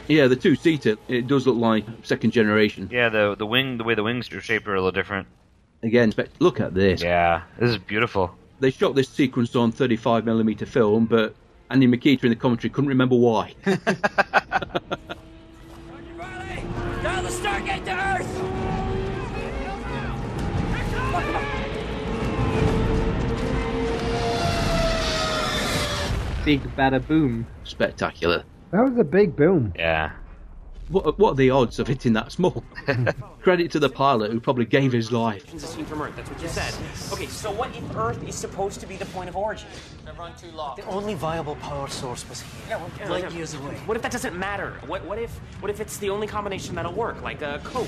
Yeah, the two seater, it does look like second generation. Yeah, the the wing, the way the wings are shaped are a little different. Again, spec- look at this. Yeah, this is beautiful. They shot this sequence on 35mm film, but Andy Makita in the commentary couldn't remember why. Now the Stargate to Earth. Big bada boom. Spectacular. That was a big boom. Yeah. What, what are the odds of hitting that small? Credit to the pilot who probably gave his life. It's a scene from Earth. That's what you said. Okay, so what if Earth is supposed to be the point of origin? Chevron 2 locked. The only viable power source was here. Yeah, well, yeah, Light yeah. years away. What if that doesn't matter? What, what if what if it's the only combination that'll work, like a coke?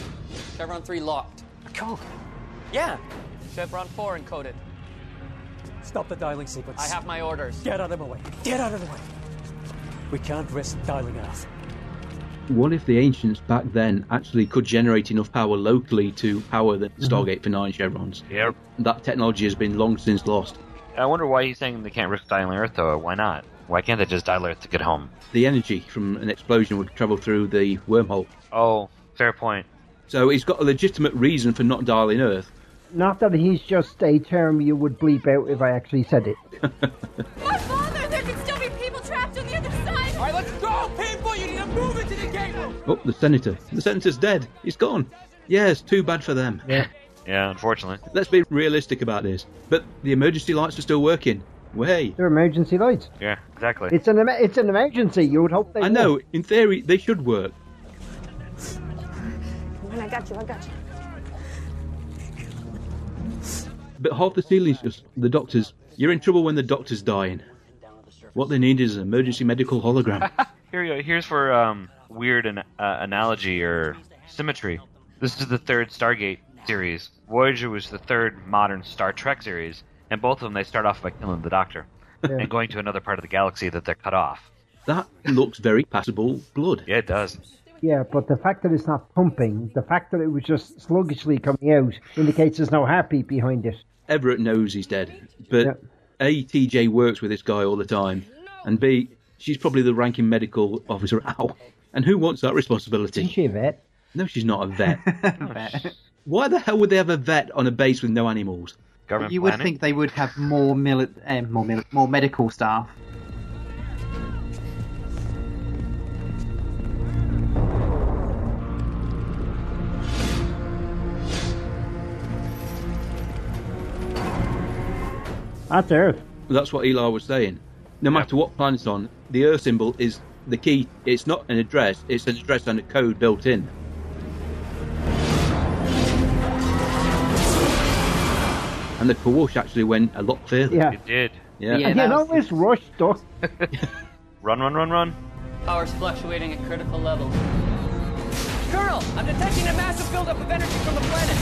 Chevron 3 locked. A coke? Yeah. Chevron 4 encoded. Stop the dialing sequence. I have my orders. Get out of the way. Get out of the way. We can't risk dialing out. What if the ancients back then actually could generate enough power locally to power the Stargate for nine chevrons? Yep. That technology has been long since lost. I wonder why he's saying they can't risk dial Earth though. Why not? Why can't they just dial Earth to get home? The energy from an explosion would travel through the wormhole. Oh, fair point. So he's got a legitimate reason for not dialing Earth. Not that he's just a term you would bleep out if I actually said it. My father, there could still be people trapped on the other side. All right, let's go, people. You need to move into the gate. Oh, the senator. The senator's dead. He's gone. Yes, too bad for them. Yeah. Yeah, unfortunately. Let's be realistic about this. But the emergency lights are still working. Way. They're emergency lights. Yeah, exactly. It's an em- it's an emergency. You would hope they. I know, in theory, they should work. Come on, I got you. I got you. But half the ceiling's just the doctors. You're in trouble when the doctor's dying. What they need is an emergency medical hologram. Here you go. Here's for um, weird an- uh, analogy or symmetry. This is the third Stargate series. Voyager was the third modern Star Trek series, and both of them they start off by killing the Doctor Yeah. and going to another part of the galaxy that they're cut off. that looks very passable blood. Yeah, it does. Yeah, but the fact that it's not pumping, the fact that it was just sluggishly coming out, indicates there's no heartbeat behind it. Everett knows he's dead, but A, TJ works with this guy all the time, and B, she's probably the ranking medical officer. Ow. And who wants that responsibility? She a vet? No, she's not a vet. Why the hell would they have a vet on a base with no animals? Government you would think they would have more mili- um, more mili- more medical staff. That's Earth. That's what Eli was saying. No matter what planet it's on, the Earth symbol is the key. It's not an address, it's an address and a code built in. And the Kawash actually went a lot further. Yeah. It did. Yeah. and you know this rush stuff. Run, run, run, run. Power's fluctuating at critical levels. Colonel, I'm detecting a massive buildup of energy from the planet.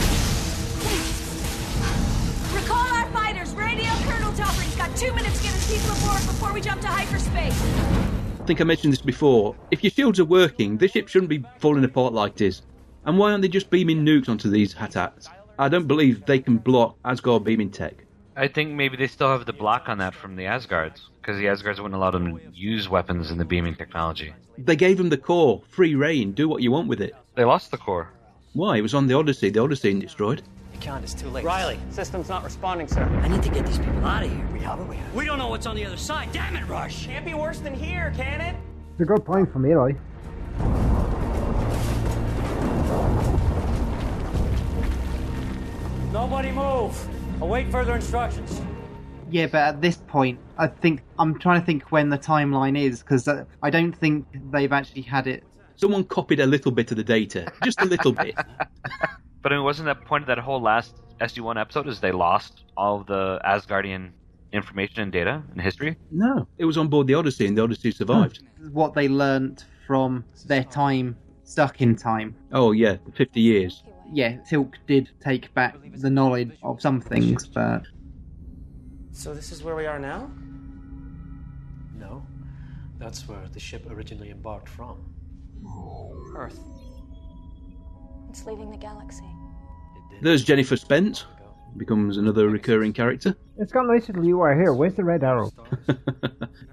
Recall our fighters. Radio Colonel Telford. He's got two minutes to get his people aboard before we jump to hyperspace. I think I mentioned this before. If your shields are working, this ship shouldn't be falling apart like this. And why aren't they just beaming nukes onto these Hatats? I don't believe they can block Asgard beaming tech. I think maybe they still have the block on that from the Asgards because the Asgards wouldn't allow them to use weapons in the beaming technology. They gave them the core, free reign, do what you want with it. They lost the core. Why? It was on the Odyssey. The Odyssey destroyed. You can't. It's too late. Riley. System's not responding, sir. I need to get these people out of here. We have it. We have We don't know what's on the other side. Damn it, Rush. Can't be worse than here, can it? It's a good point from Eli. Nobody move. Await further instructions. Yeah, but at this point, I think I'm trying to think when the timeline is because I don't think they've actually had it. Someone copied a little bit of the data, just a little bit. But I mean, wasn't that the point of that whole last SD1 episode is they lost all of the Asgardian information and data and history? No, it was on board the Odyssey, and the Odyssey survived. What they learnt from their time stuck in time. Oh yeah, fifty years. Yeah, Tilk did take back the knowledge of some things, but So this is where we are now? No. That's where the ship originally embarked from. Earth. It's leaving the galaxy. There's Jennifer Spence, becomes another recurring character. It's got nice little you are here. Where's the red arrow?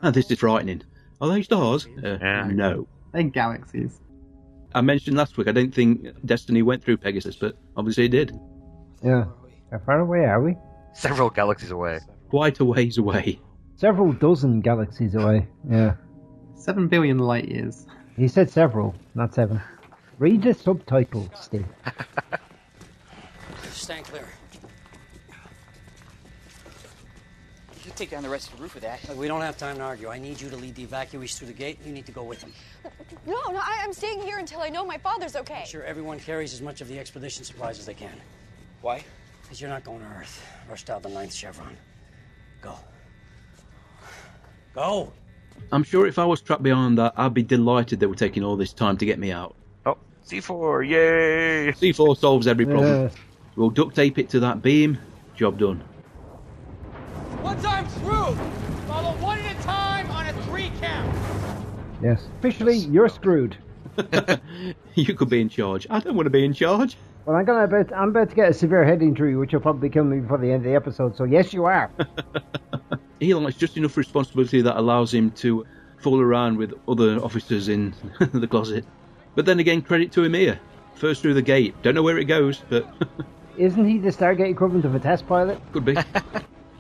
Ah, this is frightening. Are they stars? Uh, No. and galaxies. I mentioned last week I don't think Destiny went through Pegasus, but obviously it did. Yeah. How far away are we? Several galaxies away. Quite a ways away. Several dozen galaxies away. Yeah. Seven billion light years. He said several, not seven. Read the subtitle, Steve. Stand clear. You take down the rest of the roof with that. Look, we don't have time to argue. I need you to lead the evacuees through the gate. You need to go with them. Oh, No, no, I, I'm staying here until I know my father's okay. Sure, everyone carries as much of the expedition supplies as they can. Why? Because you're not going to Earth. Rush down the ninth chevron. Go. Go! I'm sure if I was trapped behind that, I'd be delighted they were taking all this time to get me out. Oh, C4, yay! C4 solves every problem. We'll duct tape it to that beam. Job done. Once I'm through, follow one at a time on a three count. Yes. Officially, you're screwed. you could be in charge. I don't want to be in charge. Well, I'm gonna about, I'm about to get a severe head injury, which will probably kill me before the end of the episode. So yes, you are. He likes just enough responsibility that allows him to fool around with other officers in the closet. But then again, credit to him here. First through the gate. Don't know where it goes, but Isn't he the Stargate equivalent of a test pilot? could be.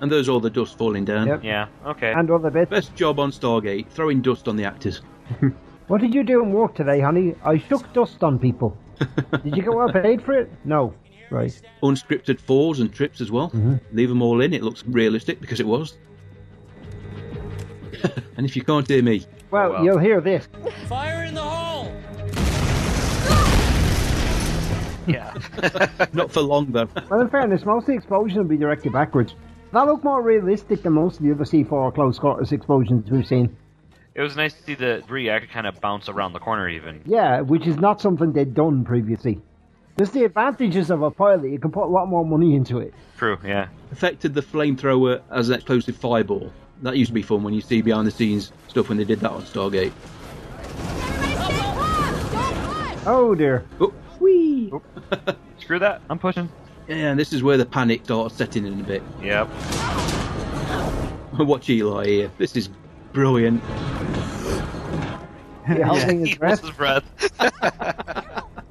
and there's all the dust falling down. Yep. Yeah, okay. And other bits. Best job on Stargate, throwing dust on the actors. What did you do in work today, honey? I shook dust on people. did you get well paid for it? No. Right. Unscripted falls and trips as well. Leave them all in, it looks realistic because it was. and if you can't hear me, Well, you'll hear this. Fire in the hole! Yeah. not for long though. Well, in fairness, most of the explosion will be directed backwards. That looked more realistic than most of the other C4 close quarters explosions we've seen. It was nice to see the reactor kind of bounce around the corner, even. Yeah, which is not something they'd done previously. There's the advantages of a pilot, you can put a lot more money into it. True, yeah. Affected the flamethrower as an explosive fireball. That used to be fun when you see behind the scenes stuff when they did that on Stargate. Oh dear. Oh. Whee! Screw that, I'm pushing. Yeah, and this is where the panic starts setting in a bit. Yep. Watch Eli here. This is brilliant. You're holding his breath.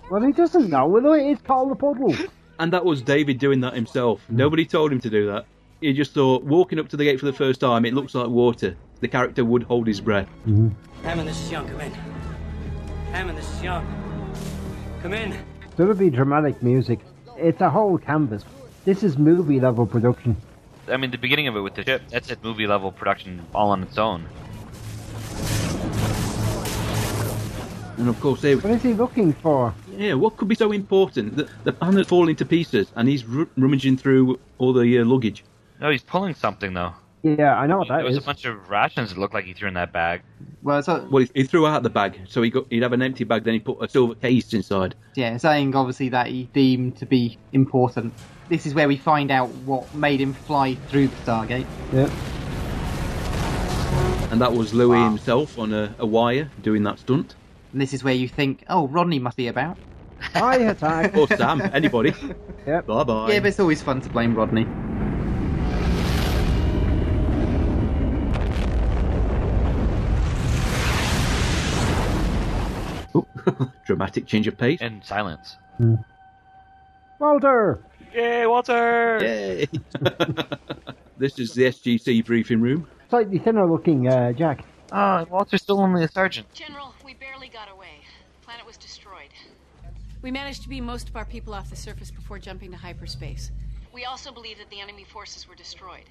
Well, he doesn't know, will he? It's called the puddle. And that was David doing that himself. Nobody told him to do that. He just thought, walking up to the gate for the first time, it looks like water. The character would hold his breath. Hammond, this is Young. Come in. Hammond, this is Young. Come in. There would be dramatic music. It's a whole canvas. This is movie level production. I mean, the beginning of it with the ship, that's at movie level production all on its own. And of course, they, What is he looking for? yeah, what could be so important? The, the pan had fallen to pieces, and he's ru- rummaging through all the uh, luggage. No, he's pulling something, though. Yeah, I know what there Oh, that was is. a bunch of rations it looked like he threw in that bag. Well, it's not, Well, he, he threw out the bag, so he got, he'd have an empty bag, then he put a silver case inside. yeah, saying obviously that he deemed to be important. This is where we find out what made him fly through the Stargate. Yeah. And that was Louis himself on a, a wire doing that stunt. And this is where you think, oh, Rodney must be about. Hi, attack. Or Sam, anybody. Yep. Bye bye. Yeah, but it's always fun to blame Rodney. Dramatic change of pace. And silence. Walter! Yay, Walter! Yay! this is the SGC briefing room. Slightly thinner looking uh, Jack. Ah, Walter's still only a sergeant. General, we barely got away. Planet was destroyed. We managed to beam most of our people off the surface before jumping to hyperspace. We also believe that the enemy forces were destroyed.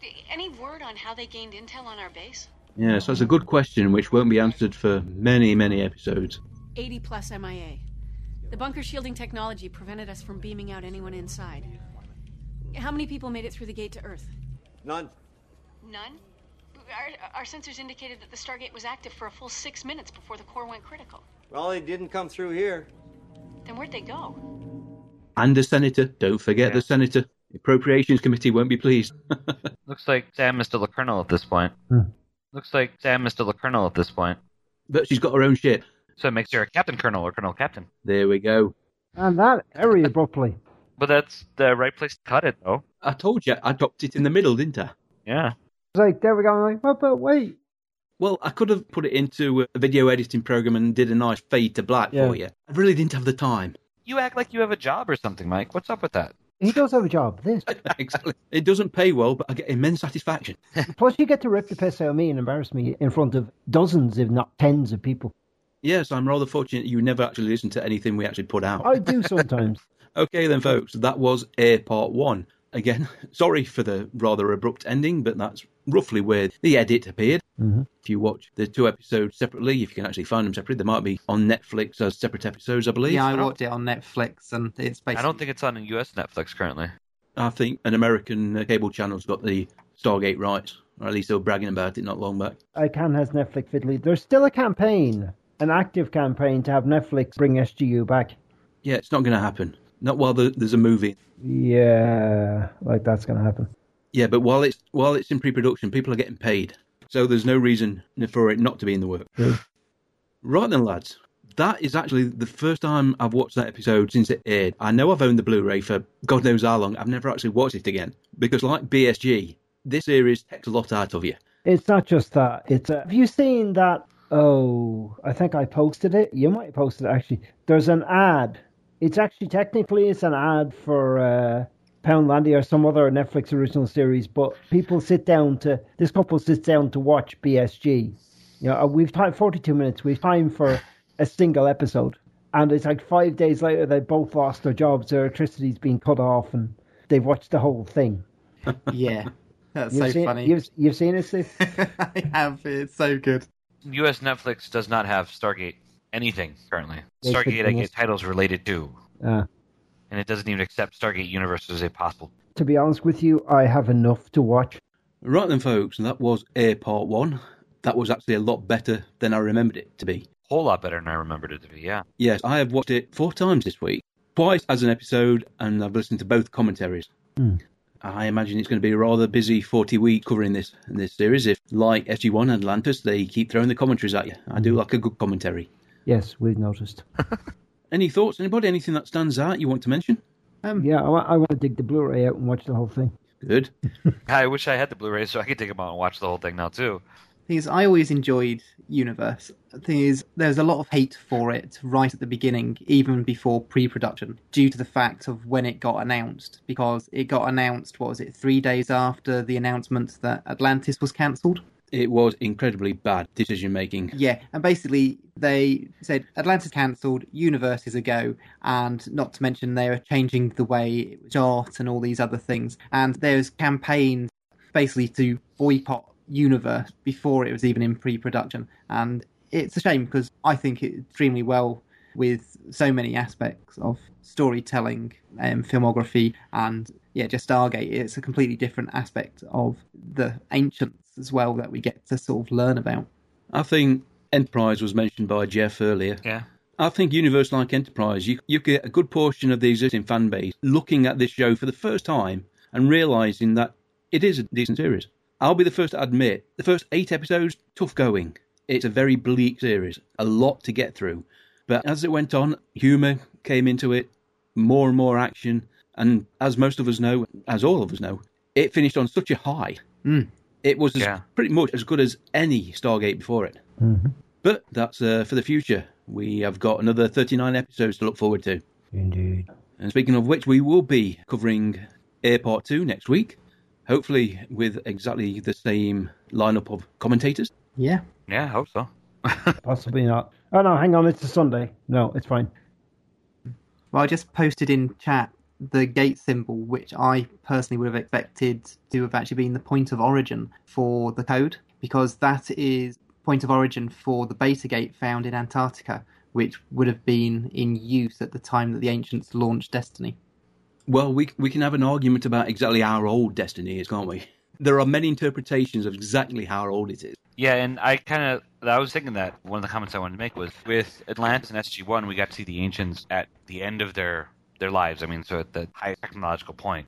D- Any word on how they gained intel on our base? Yeah, so it's a good question which won't be answered for many, many episodes. 80 plus MIA. The bunker shielding technology prevented us from beaming out anyone inside. How many people made it through the gate to Earth? None. None? Our, our sensors indicated that the Stargate was active for a full six minutes before the core went critical. Well, they didn't come through here. Then where'd they go? And the senator. Don't forget the senator. The Appropriations Committee won't be pleased. Looks like Sam is still a colonel at this point. Hmm. Looks like Sam is still a colonel at this point. But she's got her own shit. So it makes her a captain colonel or colonel captain. There we go. And that very abruptly. But that's the right place to cut it, though. I told you I dropped it in the middle, didn't I? Yeah. It's like, there we go. I'm like, well, but wait. Well, I could have put it into a video editing program and did a nice fade to black for you. I really didn't have the time. You act like you have a job or something, Mike. What's up with that? He does have a job. This. exactly. It doesn't pay well, but I get immense satisfaction. Plus, you get to rip the piss out of me and embarrass me in front of dozens, if not tens, of people. Yes, I'm rather fortunate you never actually listened to anything we actually put out. I do sometimes. okay, then, folks, that was Air Part 1. Again, sorry for the rather abrupt ending, but that's roughly where the edit appeared. Mhm. If you watch the two episodes separately, if you can actually find them separately, they might be on Netflix as separate episodes, I believe. Yeah, I watched it on Netflix, and it's basically. I don't think it's on US Netflix currently. I think an American uh, cable channel's got the Stargate rights, or at least they were bragging about it not long back. ICANN has Netflix fiddly. There's still a campaign, an active campaign to have Netflix bring SGU back. Yeah, it's not going to happen. Not while the, there's a movie. Yeah, like that's going to happen. Yeah, but while it's while it's in pre-production, people are getting paid, so there's no reason for it not to be in the work. Right then, lads. That is actually the first time I've watched that episode since it aired. I know I've owned the Blu-ray for God knows how long. I've never actually watched it again because, like BSG, this series takes a lot out of you. It's not just that. It's uh, have you seen that? Oh, I think I posted it. You might have posted it actually. There's an ad. It's actually technically it's an ad for uh, Poundlandia or some other Netflix original series. But people sit down to this couple sits down to watch BSG. You know, uh, we've time forty-two minutes. We've time for a single episode, and it's like five days later they both lost their jobs. Their electricity's been cut off, and they've watched the whole thing. Yeah. That's You've so seen- funny. You've, you've seen it, Steve? I have. It's so good. US Netflix does not have Stargate anything currently. They should Stargate, I bring get us- titles related to, Uh, and it doesn't even accept Stargate Universe as a possible. to be honest with you, I have enough to watch. Right then, folks, and that was Air Part One. That was actually a lot better than I remembered it to be. Whole lot better than I remembered it to be, yeah. Yes, I have watched it four times this week, twice as an episode, and I've listened to both commentaries. Hmm. I imagine it's going to be a rather busy 40 week covering this this series. If, like SG1 and Atlantis, they keep throwing the commentaries at you. I do like a good commentary. Yes, we've noticed. Any thoughts, anybody? Anything that stands out you want to mention? yeah, I, wa- I want to dig the Blu-ray out and watch the whole thing. Good. I wish I had the Blu-ray so I could take them out and watch the whole thing now too. thing is, I always enjoyed Universe. The thing is, there's a lot of hate for it right at the beginning, even before pre production, due to the fact of when it got announced. Because it got announced, what was it, three days after the announcement that Atlantis was cancelled? It was incredibly bad decision making. Yeah, and basically they said Atlantis cancelled, Universe is a go, and not to mention they are changing the way it was shot and all these other things. And there's campaigns basically to boycott Universe before it was even in pre-production, and it's a shame because I think it extremely well with so many aspects of storytelling, um, filmography, and yeah, just Stargate. It's a completely different aspect of the ancients as well that we get to sort of learn about. I think Enterprise was mentioned by Jeff earlier. Yeah. I think Universe like Enterprise, you, you get a good portion of the existing fan base looking at this show for the first time and realizing that it is a decent series. I'll be the first to admit the first eight episodes, tough going. It's a very bleak series, a lot to get through. But as it went on, humour came into it, more and more action. And as most of us know, as all of us know, it finished on such a high. Mm. It was as- pretty much as good as any Stargate before it. But that's uh, for the future. We have got another 39 episodes to look forward to. Indeed. And speaking of which, we will be covering Airport 2 next week, hopefully with exactly the same lineup of commentators. Yeah. Yeah, I hope so. Possibly not. Oh no, hang on, it's a Sunday. No, it's fine. Well, I just posted in chat the gate symbol, which I personally would have expected to have actually been the point of origin for the code, because that is point of origin for the beta gate found in Antarctica, which would have been in use at the time that the ancients launched Destiny. Well, we, we can have an argument about exactly how old Destiny is, can't we? There are many interpretations of exactly how old it is. Yeah, and I kind of I was thinking that one of the comments I wanted to make was with Atlantis and SG One, we got to see the ancients at the end of their their lives. I mean, so at the highest technological point.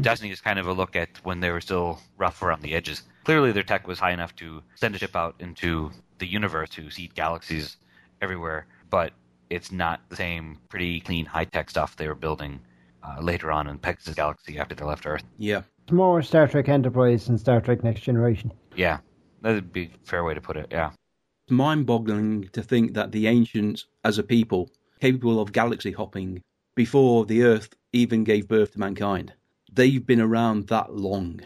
Destiny is kind of a look at when they were still rough around the edges. Clearly, their tech was high enough to send a ship out into the universe to seed galaxies everywhere, but it's not the same pretty clean high tech stuff they were building uh, later on in Pegasus Galaxy after they left Earth. Yeah. It's more Star Trek Enterprise and Star Trek Next Generation. Yeah, that'd be a fair way to put it. Yeah. It's mind boggling to think that the ancients, as a people, capable of galaxy hopping before the Earth even gave birth to mankind. They've been around that long.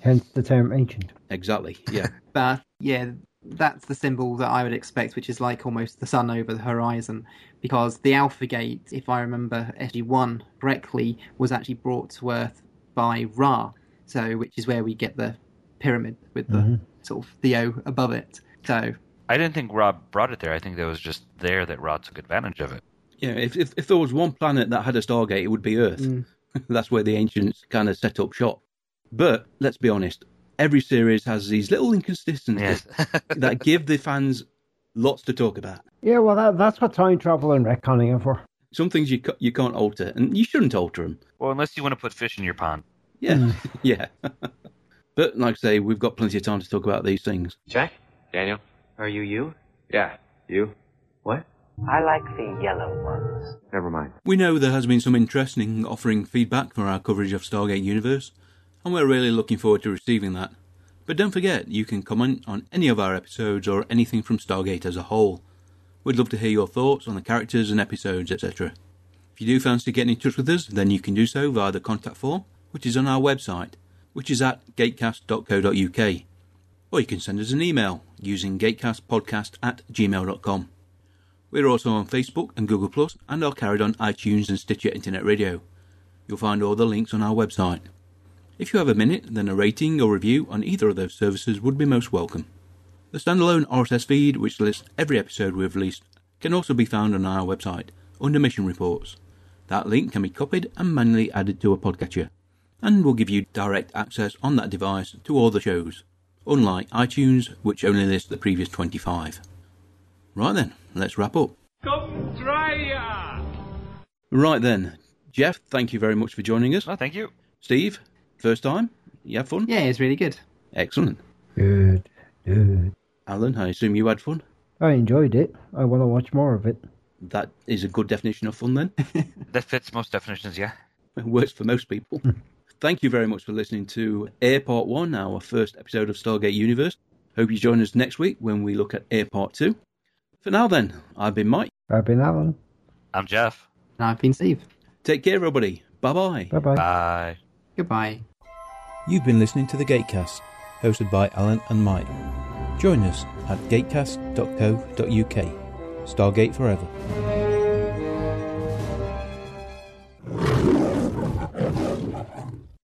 Hence the term ancient. Exactly, yeah. But yeah, that's the symbol that I would expect, which is like almost the sun over the horizon, because the Alpha Gate, if I remember SG One correctly, was actually brought to Earth by Ra, so which is where we get the pyramid with the Mhm. sort of the O above it. So I didn't think Rob brought it there. I think that was just there that Rob took advantage of it. yeah if, if, if there was one planet that had a Stargate, it would be Earth. Mm. That's where the ancients kind of set up shop. But let's be honest, every series has these little inconsistencies that give the fans lots to talk about. Yeah, well, that, that's what time travel and retconning are for. Some things you ca- you can't alter, and you shouldn't alter them. Well, unless you want to put fish in your pond. Yeah, yeah. but like I say, we've got plenty of time to talk about these things. Jack? Daniel? Are you you? Yeah, you? What? I like the yellow ones. Never mind. We know there has been some interest in offering feedback for our coverage of Stargate Universe, and we're really looking forward to receiving that. But don't forget, you can comment on any of our episodes or anything from Stargate as a whole. We'd love to hear your thoughts on the characters and episodes, etc. If you do fancy getting in touch with us, then you can do so via the contact form, which is on our website, which is at gatecast.co.uk. Or you can send us an email using gatecastpodcast at gmail.com. We're also on Facebook and Google Plus and are carried on iTunes and Stitcher Internet Radio. You'll find all the links on our website. If you have a minute, then a rating or review on either of those services would be most welcome. The standalone RSS feed, which lists every episode we've released, can also be found on our website under Mission Reports. That link can be copied and manually added to a podcatcher, and will give you direct access on that device to all the shows, unlike iTunes, which only lists the previous 25. Right then, let's wrap up. Come try ya! Right then, Jeff, thank you very much for joining us. Oh, thank you. Steve, first time? You have fun? Yeah, it's really good. Excellent. Good, good. Alan, I assume you had fun? I enjoyed it. I want to watch more of it. That is a good definition of fun then. That fits most definitions, yeah. it works for most people. Thank you very much for listening to Airport 1, our first episode of Stargate Universe. Hope you join us next week when we look at Airport 2. For now then, I've been Mike. I've been Alan. I'm Jeff. And I've been Steve. Take care, everybody. Bye-bye. Bye-bye. Bye. Goodbye. You've been listening to The Gatecast, hosted by Alan and Mike. Join us at gatecast.co.uk. Stargate Forever.